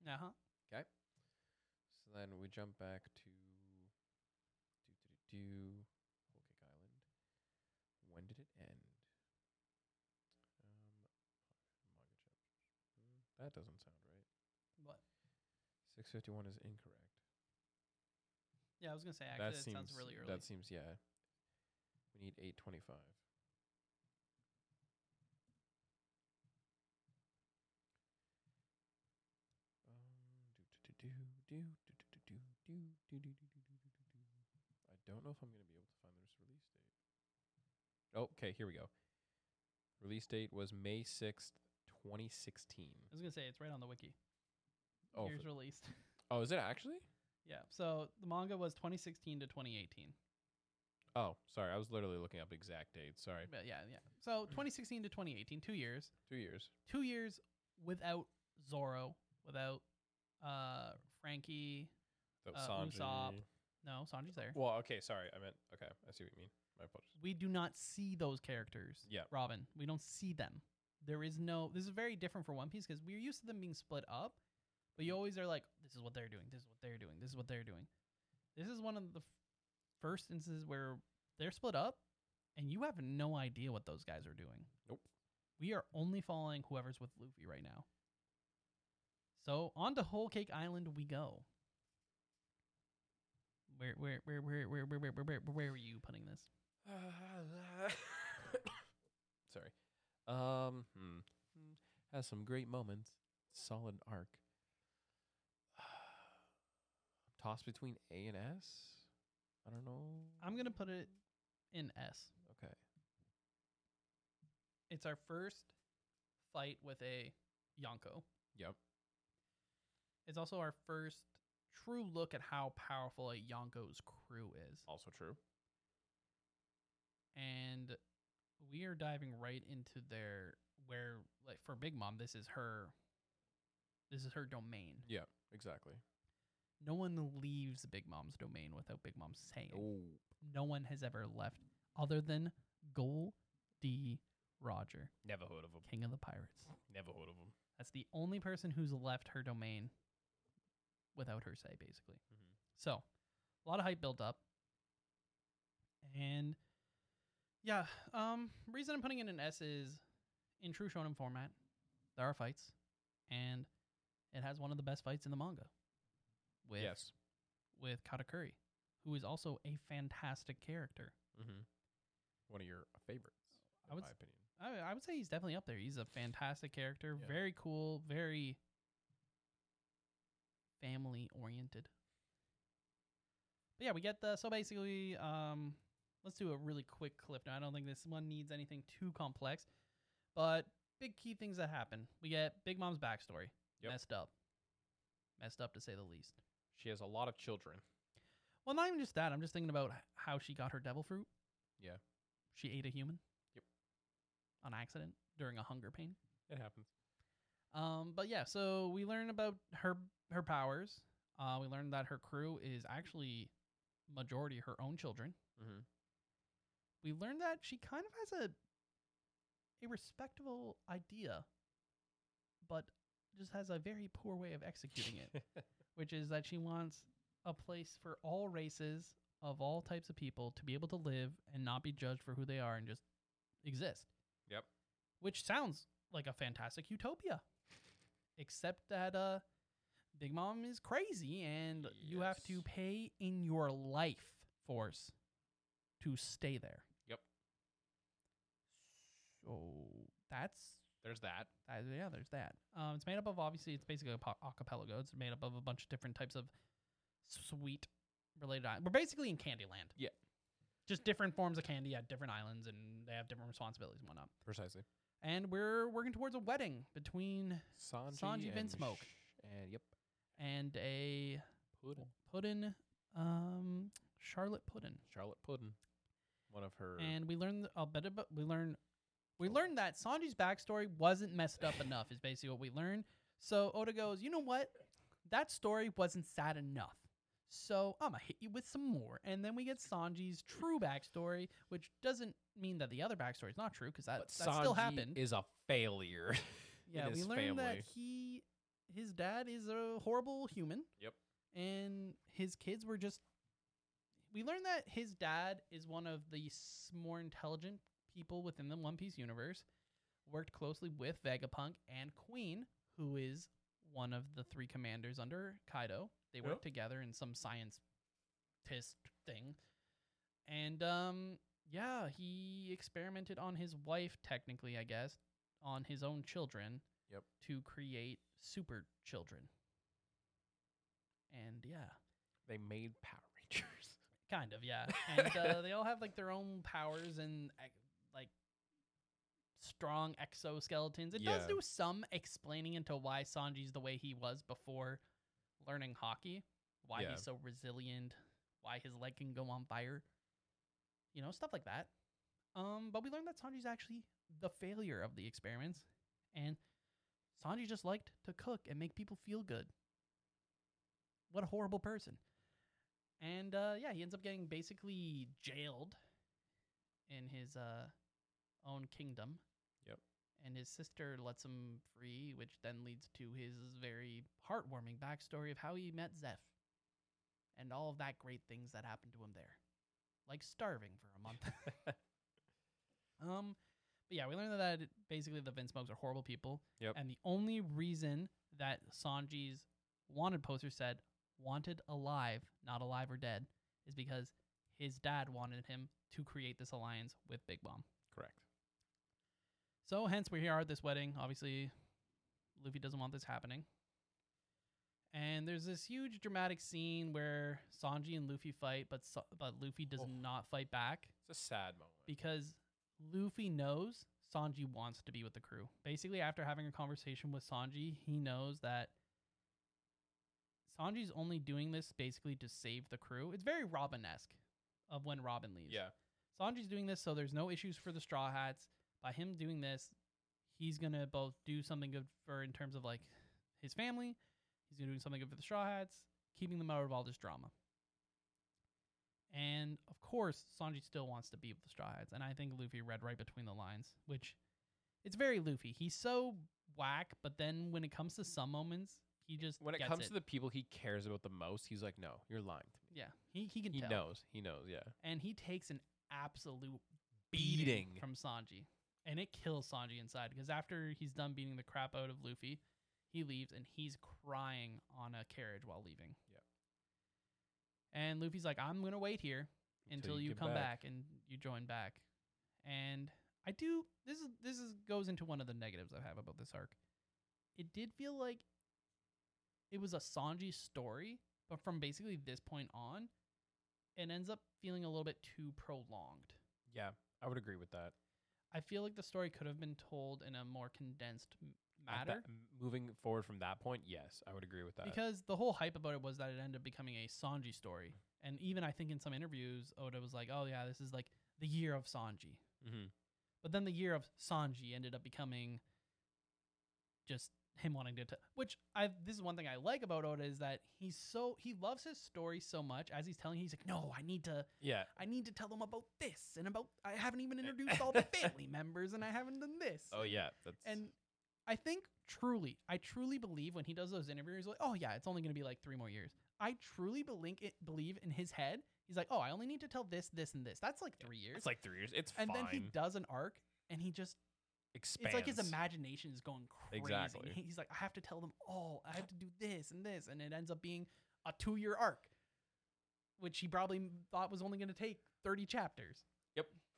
Speaker 3: Uh huh.
Speaker 4: So then we jump back to do do do do Whole Cake Island. When did it end? Um, manga chapters. Mm, That doesn't sound right.
Speaker 3: What?
Speaker 4: Six fifty one is incorrect.
Speaker 3: Yeah, I was gonna say actually that,
Speaker 4: that seems
Speaker 3: sounds really early.
Speaker 4: That seems yeah. We need eight twenty five. Um, I don't know if I'm gonna be able to find this release date. Oh, okay, here we go. Release date was May sixth, twenty sixteen.
Speaker 3: I was gonna say it's right on the wiki.
Speaker 4: Oh,
Speaker 3: Years
Speaker 4: for-
Speaker 3: released.
Speaker 4: oh, is it actually?
Speaker 3: yeah. So the manga was 2016 to 2018.
Speaker 4: Oh, sorry, I was literally looking up exact dates. Sorry,
Speaker 3: But yeah, yeah. So 2016 to 2018, two years.
Speaker 4: two years.
Speaker 3: Two years without Zoro, without uh Frankie.
Speaker 4: That
Speaker 3: Uh,
Speaker 4: Sanji.
Speaker 3: Usopp. No, Sanji's there.
Speaker 4: Well, okay, sorry. I meant okay. I see what you mean. My apologies.
Speaker 3: we do not see those characters.
Speaker 4: Yeah.
Speaker 3: Robin, we don't see them. There is no. This is very different for One Piece because we're used to them being split up, but you always are like, this is what they're doing. This is what they're doing. This is what they're doing. This is one of the f- first instances where they're split up, and you have no idea what those guys are doing.
Speaker 4: Nope.
Speaker 3: We are only following whoever's with Luffy right now. So on to Whole Cake Island we go. Where where where where where where where where, where are you putting this?
Speaker 4: sorry. Um, hmm. Hmm. has some great moments. Solid arc. Toss between A and S. I don't know.
Speaker 3: I'm gonna put it in S.
Speaker 4: okay.
Speaker 3: It's our first fight with a Yonko.
Speaker 4: Yep.
Speaker 3: It's also our first true look at how powerful a Yonko's crew is.
Speaker 4: Also true.
Speaker 3: And we are diving right into their where like for Big Mom, this is her this is her domain.
Speaker 4: Yeah. Exactly.
Speaker 3: No one leaves Big Mom's domain without Big Mom saying.
Speaker 4: Oh.
Speaker 3: No one has ever left other than Gold D. Roger,
Speaker 4: Never heard of him.
Speaker 3: King of the Pirates.
Speaker 4: Never heard of him.
Speaker 3: That's the only person who's left her domain without her say, basically.
Speaker 4: Mhm.
Speaker 3: So, a lot of hype built up. And yeah, um, reason I'm putting in an S is in true shonen format, there are fights, and it has one of the best fights in the manga. With
Speaker 4: Yes.
Speaker 3: with Katakuri, who is also a fantastic character.
Speaker 4: Mm-hmm. One of your favorites,
Speaker 3: I
Speaker 4: in
Speaker 3: would
Speaker 4: my
Speaker 3: s-
Speaker 4: opinion.
Speaker 3: I, I would say he's definitely up there. He's a fantastic character,
Speaker 4: Yeah.
Speaker 3: very cool, very family oriented. But yeah, we get the so basically, um, let's do a really quick clip. Now I don't think this one needs anything too complex, but big key things that happen. We get Big Mom's backstory
Speaker 4: Yep.
Speaker 3: messed up, messed up to say the least.
Speaker 4: She has a lot of children.
Speaker 3: Well, not even just that. I'm just thinking about h- how she got her devil fruit.
Speaker 4: Yeah.
Speaker 3: she ate a human.
Speaker 4: Yep.
Speaker 3: On accident during a hunger pain.
Speaker 4: It happens.
Speaker 3: Um, but yeah, so we learn about her her powers. Uh, we learn that her crew is actually majority her own children.
Speaker 4: Mm-hmm.
Speaker 3: We learn that she kind of has a a respectable idea, but just has a very poor way of executing it, which is that she wants a place for all races of all types of people to be able to live and not be judged for who they are and just exist.
Speaker 4: Yep.
Speaker 3: which sounds like a fantastic utopia. Except that uh Big Mom is crazy and you have to
Speaker 4: Yes.
Speaker 3: pay in your life force to stay there.
Speaker 4: Yep.
Speaker 3: So that's
Speaker 4: There's that.
Speaker 3: that, yeah, there's that. Um, it's made up of obviously it's basically a po- archipelago. It's made up of a bunch of different types of sweet related. i- We're basically in Candyland.
Speaker 4: Yeah.
Speaker 3: just different forms of candy at different islands, and they have different responsibilities and whatnot
Speaker 4: Precisely.
Speaker 3: and we're working towards a wedding between
Speaker 4: Sanji,
Speaker 3: Sanji
Speaker 4: and
Speaker 3: Vinsmoke.
Speaker 4: Sh- and yep.
Speaker 3: and a
Speaker 4: Puddin.
Speaker 3: puddin, um, Charlotte puddin,
Speaker 4: Charlotte Puddin. One of her.
Speaker 3: and we learn a bit about we learn we
Speaker 4: Sure.
Speaker 3: learned that Sanji's backstory wasn't messed up enough is basically what we learned. So Oda goes, you know what, that story wasn't sad enough. So I'm gonna hit you with some more, and then we get Sanji's true backstory, which doesn't mean that the other backstory is not true because that,
Speaker 4: but
Speaker 3: that still
Speaker 4: Sanji
Speaker 3: happened.
Speaker 4: is a failure. in
Speaker 3: Yeah, we
Speaker 4: his
Speaker 3: learned that
Speaker 4: family.
Speaker 3: he, his dad is a horrible human.
Speaker 4: Yep.
Speaker 3: And his kids were just. We learned that his dad is one of the s- more intelligent people within the One Piece universe. Worked closely with Vegapunk and Queen, who is one of the three commanders under Kaido. They work
Speaker 4: Yep.
Speaker 3: together in some science test thing. And um yeah, he experimented on his wife technically, I guess, on his own children
Speaker 4: Yep.
Speaker 3: to create super children. And yeah,
Speaker 4: They made Power Rangers.
Speaker 3: kind of, yeah. And uh, they all have like their own powers and ec- like strong exoskeletons. It does
Speaker 4: Yeah.
Speaker 3: do some explaining into why Sanji's the way he was before learning hockey, why
Speaker 4: Yeah.
Speaker 3: he's so resilient, why his leg can go on fire, you know, stuff like that. Um, but we learned that Sanji's actually the failure of the experiments, and Sanji just liked to cook and make people feel good. What a horrible person! And uh, yeah, he ends up getting basically jailed in his uh, own kingdom.
Speaker 4: Yep.
Speaker 3: And his sister lets him free, which then leads to his very heartwarming backstory of how he met Zeph and all of that great things that happened to him there, like starving for a month. Um, but yeah, we learned that it- basically the Vinsmokes are horrible people.
Speaker 4: Yep.
Speaker 3: And the only reason that Sanji's wanted poster said "wanted alive, not alive or dead" is because his dad wanted him to create this alliance with Big Bomb.
Speaker 4: Correct.
Speaker 3: So hence we're here at this wedding. Obviously, Luffy doesn't want this happening. And there's this huge dramatic scene where Sanji and Luffy fight, but Sa- but Luffy does
Speaker 4: Oh.
Speaker 3: not fight back
Speaker 4: It's a sad moment.
Speaker 3: because Luffy knows Sanji wants to be with the crew. Basically, after having a conversation with Sanji, he knows that Sanji's only doing this basically to save the crew. It's very Robin esque of when Robin leaves.
Speaker 4: yeah.
Speaker 3: Sanji's doing this so there's no issues for the Straw Hats. By him doing this, he's gonna both do something good for in terms of like his family. He's gonna do something good for the Straw Hats, keeping them out of all this drama. And of course, Sanji still wants to be with the Straw Hats, and I think Luffy read right between the lines, which it's very Luffy. He's so whack, but then when it comes to some moments, he just
Speaker 4: When it
Speaker 3: gets
Speaker 4: comes to the people he cares about the most, he's like, "No, you're lying to me."
Speaker 3: yeah, he he can
Speaker 4: He
Speaker 3: tell.
Speaker 4: knows. He knows. Yeah.
Speaker 3: and he takes an absolute beating,
Speaker 4: beating.
Speaker 3: from Sanji. And it kills Sanji inside because after he's done beating the crap out of Luffy, he leaves and he's crying on a carriage while leaving.
Speaker 4: Yep.
Speaker 3: And Luffy's like, I'm going to wait here until, you,
Speaker 4: get
Speaker 3: come back. and you join back. And I do this is this is goes into one of the negatives I have about this arc. It did feel like it was a Sanji story, but from basically this point on, it ends up feeling a little bit too prolonged.
Speaker 4: Yeah, I would agree with that.
Speaker 3: I feel like the story could have been told in a more condensed m-
Speaker 4: At
Speaker 3: matter
Speaker 4: that- m- moving forward from that point, yes, I would agree with that.
Speaker 3: because the whole hype about it was that it ended up becoming a Sanji story. And even I think in some interviews, Oda was like, oh, yeah, this is like the year of Sanji.
Speaker 4: Mhm.
Speaker 3: But then the year of Sanji ended up becoming just him wanting to, t- which I this is one thing I like about Oda is that he's so he loves his story so much. As he's telling, he's like, no, I need to,
Speaker 4: yeah,
Speaker 3: I need to tell them about this and about. I haven't even introduced all the family members, and I haven't done this.
Speaker 4: oh yeah, that's
Speaker 3: And I think truly, I truly believe when he does those interviews, he's like, oh yeah, it's only going to be like three more years. I truly believe it, believe in his head. He's like, oh, I only need to tell this, this, and this. That's like three years.
Speaker 4: it's like three years. It's
Speaker 3: and
Speaker 4: fine.
Speaker 3: then he does an arc, and he just it's
Speaker 4: Expands.
Speaker 3: like his imagination is going crazy.
Speaker 4: Exactly.
Speaker 3: He- He's like, I have to tell them all. I have to do this and this, and it ends up being a two-year arc, which he probably m- thought was only going to take thirty chapters.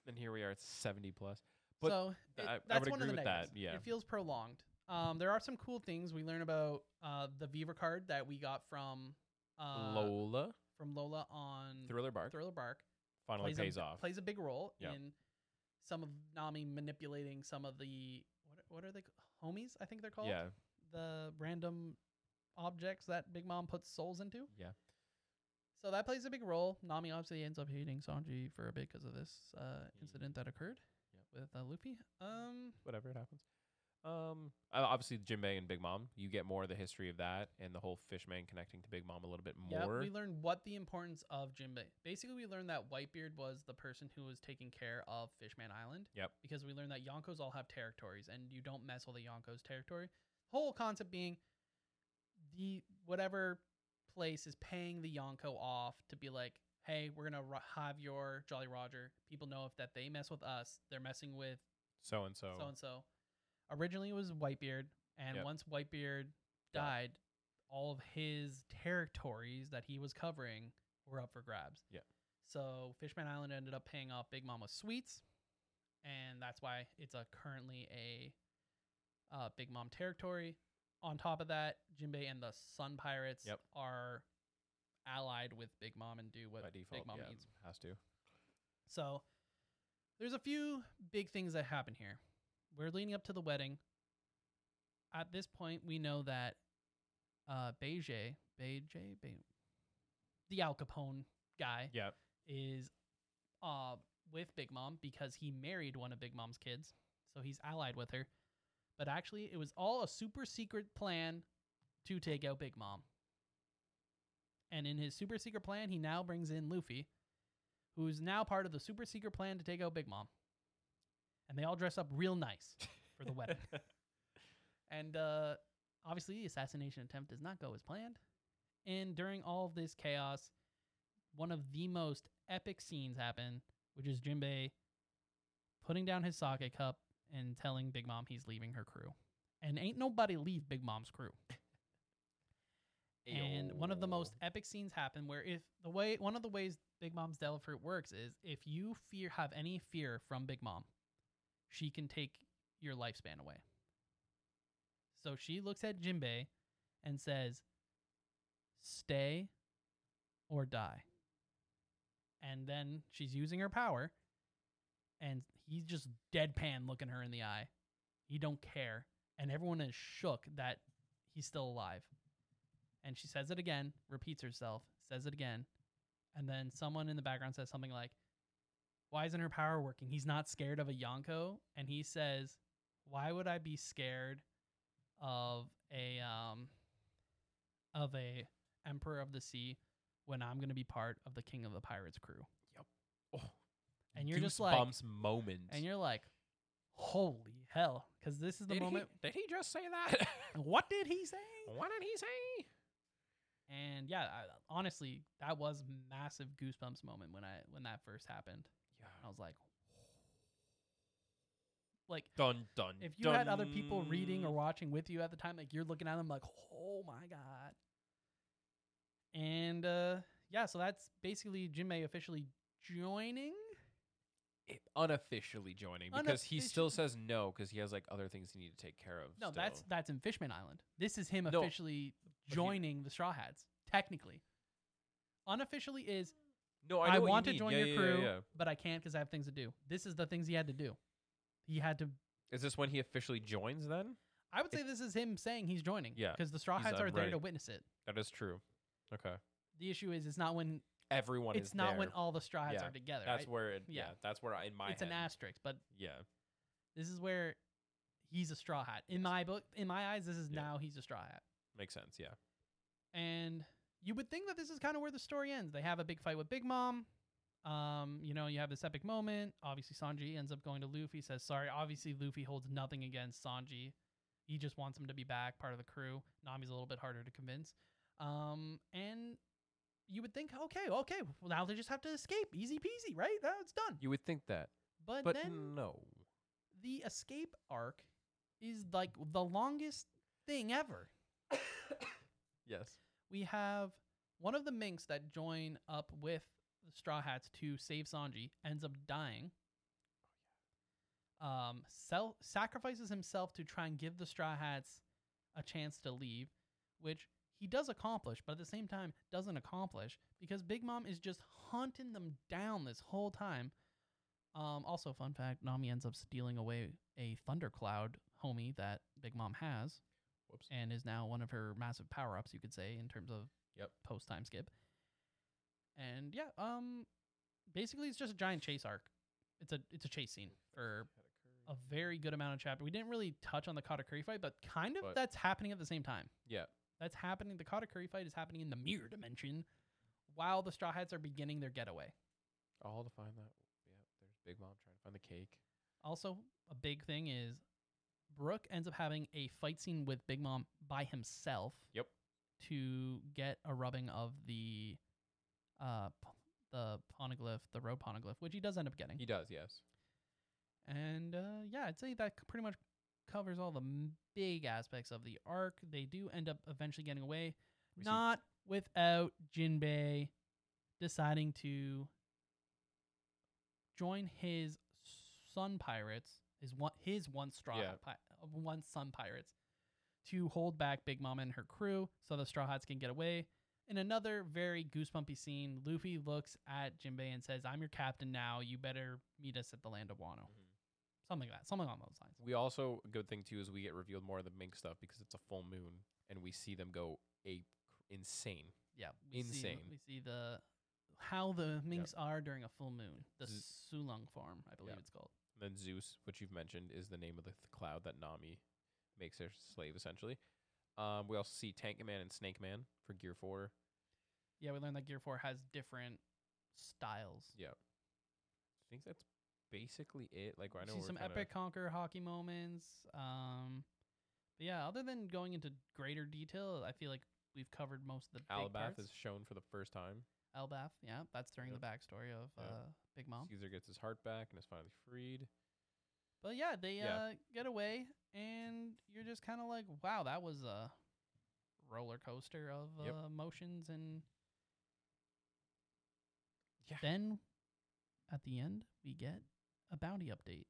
Speaker 4: And here we are. It's seventy plus. But
Speaker 3: so
Speaker 4: th-
Speaker 3: it-
Speaker 4: I- I
Speaker 3: that's
Speaker 4: would
Speaker 3: one of
Speaker 4: agree
Speaker 3: the
Speaker 4: with that,
Speaker 3: negatives.
Speaker 4: yeah.
Speaker 3: it feels prolonged. Um, there are some cool things we learn about uh, the Beaver card that we got from uh,
Speaker 4: Lola
Speaker 3: from Lola on
Speaker 4: Thriller Bark
Speaker 3: Thriller Bark.
Speaker 4: finally
Speaker 3: a
Speaker 4: pays
Speaker 3: b-
Speaker 4: off.
Speaker 3: Plays a big role
Speaker 4: Yeah.
Speaker 3: in some of Nami manipulating some of the what what are they c- homies? I think they're called.
Speaker 4: yeah,
Speaker 3: The random objects that Big Mom puts souls into.
Speaker 4: Yeah.
Speaker 3: So that plays a big role. Nami obviously ends up hating Sanji for a bit because of this uh, incident that occurred with uh, Luffy. Um,
Speaker 4: whatever it happens. Um, uh, obviously Jinbei and Big Mom. You get more of the history of that and the whole Fishman connecting to Big Mom a little bit
Speaker 3: yeah,
Speaker 4: more.
Speaker 3: we learned what the importance of Jinbei. Basically, we learned that Whitebeard was the person who was taking care of Fishman Island.
Speaker 4: Yep.
Speaker 3: Because we learned that Yonkos all have territories, and you don't mess with the Yonkos territory. Whole concept being the whatever place is paying the Yonko off to be like, hey, we're gonna ro- have your Jolly Roger. People know if that they mess with us, they're messing with
Speaker 4: so and so.
Speaker 3: so and so. Originally, it was Whitebeard, and
Speaker 4: Yep.
Speaker 3: once Whitebeard
Speaker 4: Yeah.
Speaker 3: died, all of his territories that he was covering were up for grabs.
Speaker 4: Yeah.
Speaker 3: So Fishman Island ended up paying off Big Mama Sweets, and that's why it's a currently a uh, Big Mom territory. On top of that, Jinbei and the Sun Pirates
Speaker 4: Yep.
Speaker 3: are allied with Big Mom and do what
Speaker 4: By default,
Speaker 3: Big Mom
Speaker 4: yeah,
Speaker 3: needs.
Speaker 4: has to.
Speaker 3: So there's a few big things that happen here. We're leading up to the wedding. At this point, we know that uh, Beige, Beige, Be- the Al Capone guy,
Speaker 4: Yeah,
Speaker 3: is uh, with Big Mom because he married one of Big Mom's kids. So he's allied with her. But actually, it was all a super secret plan to take out Big Mom. And in his super secret plan, he now brings in Luffy, who is now part of the super secret plan to take out Big Mom. And they all dress up real nice for the wedding. And uh, obviously, the assassination attempt does not go as planned. And during all of this chaos, one of the most epic scenes happen, which is Jinbei putting down his sake cup and telling Big Mom he's leaving her crew. And ain't nobody leave Big Mom's crew. And one of the most epic scenes happen where if the way one of the ways Big Mom's devil fruit works is if you fear have any fear from Big Mom, she can take your lifespan away. So she looks at Jinbei and says, "Stay or die." And then she's using her power and he's just deadpan looking her in the eye. He don't care and everyone is shook that he's still alive. And she says it again, repeats herself, says it again, and then someone in the background says something like, Why isn't her power working? He's not scared of a Yonko. And he says, Why would I be scared of a um of a Emperor of the Sea when I'm gonna be part of the King of the Pirates crew?
Speaker 4: Oh,
Speaker 3: and you're just like-
Speaker 4: goosebumps moment.
Speaker 3: And you're like, Holy hell. Cause this is the
Speaker 4: did
Speaker 3: moment
Speaker 4: He, did he just say that?
Speaker 3: what did he say?
Speaker 4: what did he say?
Speaker 3: And yeah, I, honestly, that was massive goosebumps moment when I when that first happened.
Speaker 4: Yeah,
Speaker 3: I I was like, like
Speaker 4: Dun dun.
Speaker 3: if you had other people reading or watching with you at the time, like you're looking at them like, oh my god. And uh, yeah, so that's basically Jinbei officially joining.
Speaker 4: unofficially joining because he still
Speaker 3: Unofficially.
Speaker 4: says no because he has like other things he need to take care of.
Speaker 3: No, that's
Speaker 4: still.
Speaker 3: that's in Fishman Island. This is him
Speaker 4: No,
Speaker 3: officially
Speaker 4: he-
Speaker 3: joining the Straw Hats, technically. Unofficially is
Speaker 4: no. Oh, I,
Speaker 3: I,
Speaker 4: know what you
Speaker 3: want to
Speaker 4: mean.
Speaker 3: join
Speaker 4: Yeah,
Speaker 3: your
Speaker 4: yeah,
Speaker 3: crew,
Speaker 4: Yeah, yeah.
Speaker 3: but I can't because I have things to do. This is the things he had to do. He had to.
Speaker 4: Is this when he officially joins? Then
Speaker 3: I would say this is him saying he's joining.
Speaker 4: Yeah,
Speaker 3: because the Straw
Speaker 4: he's,
Speaker 3: Hats
Speaker 4: "I'm
Speaker 3: are there
Speaker 4: ready."
Speaker 3: to witness it.
Speaker 4: that is true. Okay,
Speaker 3: The issue is it's not when
Speaker 4: everyone
Speaker 3: it's
Speaker 4: is
Speaker 3: not
Speaker 4: there.
Speaker 3: when all the Straw Hats
Speaker 4: Yeah,
Speaker 3: are together.
Speaker 4: that's
Speaker 3: I-
Speaker 4: where it. Yeah.
Speaker 3: yeah.
Speaker 4: that's where I, in my
Speaker 3: it's an
Speaker 4: head.
Speaker 3: asterisk, but
Speaker 4: Yeah,
Speaker 3: this is where he's a Straw Hat in my book. In my eyes, this is
Speaker 4: Yeah.
Speaker 3: now he's a Straw Hat.
Speaker 4: makes sense. Yeah.
Speaker 3: and you would think that this is kind of where the story ends. They have a big fight with Big Mom. Um, you know, you have this epic moment. Obviously, Sanji ends up going to Luffy, says sorry. Obviously, Luffy holds nothing against Sanji. He just wants him to be back, part of the crew. Nami's a little bit harder to convince. Um, and you would think, okay, okay, well, now they just have to escape. Easy peasy, right? Now it's done.
Speaker 4: You would think that,
Speaker 3: But,
Speaker 4: but mm.
Speaker 3: then
Speaker 4: no.
Speaker 3: the escape arc is like the longest thing ever.
Speaker 4: Yes.
Speaker 3: we have one of the minks that join up with the Straw Hats to save Sanji ends up dying. Um, sel- sacrifices himself to try and give the Straw Hats a chance to leave, which he does accomplish, but at the same time doesn't accomplish because Big Mom is just hunting them down this whole time. Um, also, fun fact: Nami ends up stealing away a thundercloud homie that Big Mom has
Speaker 4: Whoops.
Speaker 3: and is now one of her massive power ups, you could say, in terms of
Speaker 4: Yep.
Speaker 3: post time skip. And yeah, um, basically it's just a giant chase arc. It's a it's a chase scene for a very good amount of chapter. We didn't really touch on the Katakuri fight, but kind of
Speaker 4: But-
Speaker 3: that's happening at the same time.
Speaker 4: Yeah.
Speaker 3: That's happening. The Katakuri fight is happening in the mirror dimension, while the Straw Hats are beginning their getaway.
Speaker 4: All to find that. Yeah. There's Big Mom trying to find the cake.
Speaker 3: Also, a big thing is Brooke ends up having a fight scene with Big Mom by himself.
Speaker 4: Yep.
Speaker 3: To get a rubbing of the uh p- the poneglyph, the road poneglyph, which he does end up getting.
Speaker 4: He does. Yes.
Speaker 3: And uh, yeah, I'd say that c- pretty much covers all the m- big aspects of the arc. They do end up eventually getting away,
Speaker 4: We see-
Speaker 3: not without Jinbei deciding to join his Sun Pirates, his one his one straw
Speaker 4: Yeah.
Speaker 3: pi- uh, one Sun Pirates, to hold back Big Mom and her crew so the Straw Hats can get away. In another very goosebumpy scene, Luffy looks at Jinbei and says, "I'm your captain now. You better meet us at the land of Wano."
Speaker 4: Mhm.
Speaker 3: Something like that, something along those lines.
Speaker 4: We also a good thing too is we get revealed more of the mink stuff because it's a full moon and we see them go ape insane.
Speaker 3: Yeah, we See,
Speaker 4: Insane.
Speaker 3: we see the how the minks are during a full moon. The
Speaker 4: Z-
Speaker 3: Sulung farm, I believe
Speaker 4: Yeah.
Speaker 3: it's called.
Speaker 4: And then Zeus, which you've mentioned, is the name of the th- cloud that Nami makes her slave essentially. Um, we also see Tank Man and Snake Man for Gear Four.
Speaker 3: Yeah, we learned that Gear Four has different styles.
Speaker 4: Yeah, I think that's basically it. Like I know
Speaker 3: see
Speaker 4: we're
Speaker 3: some
Speaker 4: kinda-
Speaker 3: epic conquer hockey moments. Um, but yeah, other than going into greater detail, I feel like we've covered most of the big
Speaker 4: Alabath
Speaker 3: parts.
Speaker 4: is shown for the first time.
Speaker 3: Albath, yeah, that's during
Speaker 4: Yep.
Speaker 3: the backstory of
Speaker 4: Yep.
Speaker 3: uh, Big Mom.
Speaker 4: Caesar gets his heart back and is finally freed.
Speaker 3: But yeah, they
Speaker 4: Yeah.
Speaker 3: Uh, get away, and you're just kind of like, wow, that was a roller coaster of
Speaker 4: Yep.
Speaker 3: uh, emotions. And
Speaker 4: Yeah.
Speaker 3: then at the end, we get a bounty update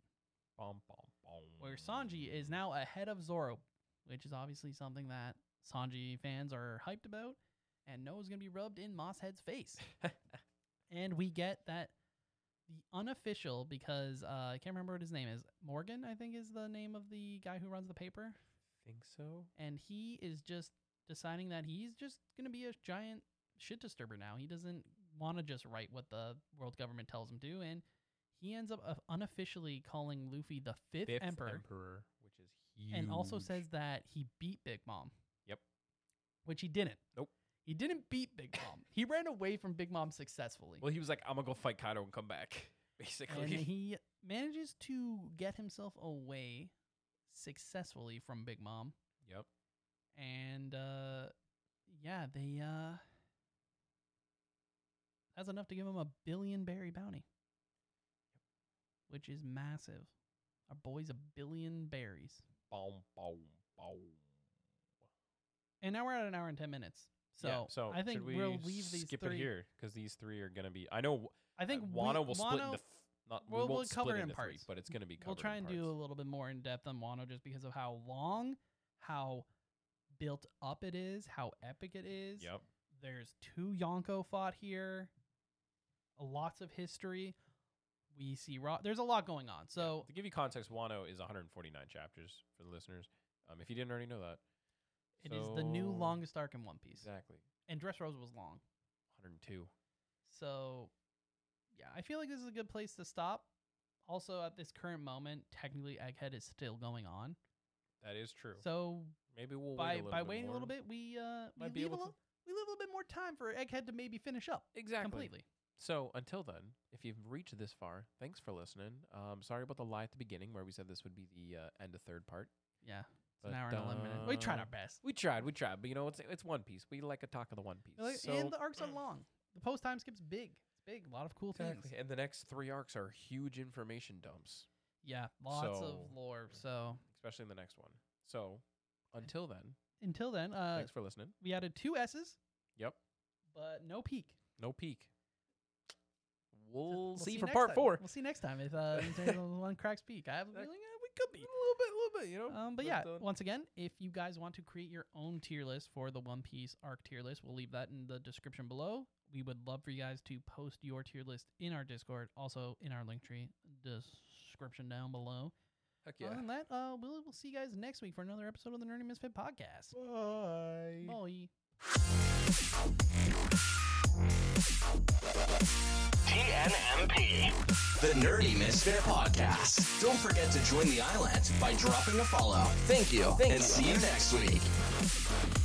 Speaker 4: Bom bom bom.
Speaker 3: where Sanji is now ahead of Zoro, which is obviously something that Sanji fans are hyped about, and no is going to be rubbed in Moss Head's face. and we get that the unofficial, because uh, I can't remember what his name is. Morgan, I think, is the name of the guy who runs the paper.
Speaker 4: Think so?
Speaker 3: And he is just deciding that he's just going to be a giant shit disturber now. He doesn't want to just write what the world government tells him to. And he ends up uh, unofficially calling Luffy the fifth,
Speaker 4: Fifth
Speaker 3: emperor
Speaker 4: which is huge.
Speaker 3: and also says that he beat Big Mom.
Speaker 4: Yep.
Speaker 3: Which he didn't.
Speaker 4: Nope.
Speaker 3: He didn't beat Big Mom. he ran away from Big Mom successfully.
Speaker 4: Well, he was like, I'm gonna go fight Kaido and come back, basically.
Speaker 3: and he manages to get himself away successfully from Big Mom.
Speaker 4: yep.
Speaker 3: And uh yeah, they uh that's enough to give him a billion berry bounty. which is massive. Our boy's a billion berries.
Speaker 4: Boom, boom, boom.
Speaker 3: And now we're at an hour and 10 minutes. So,
Speaker 4: yeah, so
Speaker 3: I think
Speaker 4: should we
Speaker 3: will leave these
Speaker 4: skip
Speaker 3: three.
Speaker 4: it here because these three are gonna be. I know.
Speaker 3: I think we-
Speaker 4: Wana will split
Speaker 3: Wano-
Speaker 4: into. F- not we
Speaker 3: we'll-
Speaker 4: won't
Speaker 3: we'll cover
Speaker 4: split
Speaker 3: it in
Speaker 4: into three,
Speaker 3: parts.
Speaker 4: but it's gonna be covered.
Speaker 3: We'll try
Speaker 4: in
Speaker 3: and
Speaker 4: parts.
Speaker 3: do a little bit more in depth on Wano just because of how long, how built up it is, how epic it is.
Speaker 4: Yep.
Speaker 3: There's two Yonko fought here. Lots of history. We see Raw. There's a lot going on.
Speaker 4: Yeah.
Speaker 3: So
Speaker 4: to give you context, Wano is 149 chapters for the listeners. Um, if you didn't already know that,
Speaker 3: it is the new
Speaker 4: So-
Speaker 3: longest arc in One Piece.
Speaker 4: exactly
Speaker 3: And Dressrosa was long.
Speaker 4: 102.
Speaker 3: So, yeah, I feel like this is a good place to stop. Also, at this current moment, technically Egghead is still going on.
Speaker 4: That is true.
Speaker 3: So
Speaker 4: maybe we'll wait a
Speaker 3: by
Speaker 4: little
Speaker 3: by
Speaker 4: bit
Speaker 3: waiting a
Speaker 4: more.
Speaker 3: little bit, we uh we
Speaker 4: Might be
Speaker 3: leave a
Speaker 4: able to-
Speaker 3: little, we leave a little bit more time for Egghead to maybe finish up
Speaker 4: Exactly.
Speaker 3: completely.
Speaker 4: So until then, if you've reached this far, thanks for listening. Um, sorry about the lie at the beginning where we said this would be the uh, end of third part.
Speaker 3: Yeah, it's
Speaker 4: But,
Speaker 3: an hour and eleven minutes. We tried our
Speaker 4: uh,
Speaker 3: best.
Speaker 4: We tried, we tried, but you know it's it's One Piece. We like to talk of the One Piece.
Speaker 3: Like,
Speaker 4: so
Speaker 3: and the arcs are long. The post time skip's big. It's big. A lot of cool
Speaker 4: exactly.
Speaker 3: things.
Speaker 4: And the next three arcs are huge information dumps,
Speaker 3: Yeah, lots of
Speaker 4: So-
Speaker 3: lore. So
Speaker 4: especially in the next one. So until then,
Speaker 3: until then, uh,
Speaker 4: thanks for listening.
Speaker 3: we added two S's,
Speaker 4: Yep.
Speaker 3: but no peak.
Speaker 4: No peak.
Speaker 3: So
Speaker 4: We'll, see,
Speaker 3: you
Speaker 4: for
Speaker 3: next
Speaker 4: part
Speaker 3: time.
Speaker 4: four.
Speaker 3: We'll see you next time if uh, if there's one cracks peak. I have a
Speaker 4: That
Speaker 3: feeling uh, we could
Speaker 4: A
Speaker 3: be.
Speaker 4: little bit, a little bit, you know.
Speaker 3: Um, but
Speaker 4: But,
Speaker 3: yeah,
Speaker 4: uh,
Speaker 3: once again, if you guys want to create your own tier list for the One Piece arc tier list, we'll leave that in the description below. We would love for you guys to post your tier list in our Discord, also in our link tree description down below.
Speaker 4: Heck
Speaker 3: Other than that, uh, we'll, we'll see you guys next week for another episode of the Nerdy Misfit Podcast.
Speaker 4: Bye.
Speaker 3: Bye.
Speaker 1: TNMP. The Nerdy Misfit Podcast. Don't forget to join the island by dropping a follow. Thank you. and see you next week.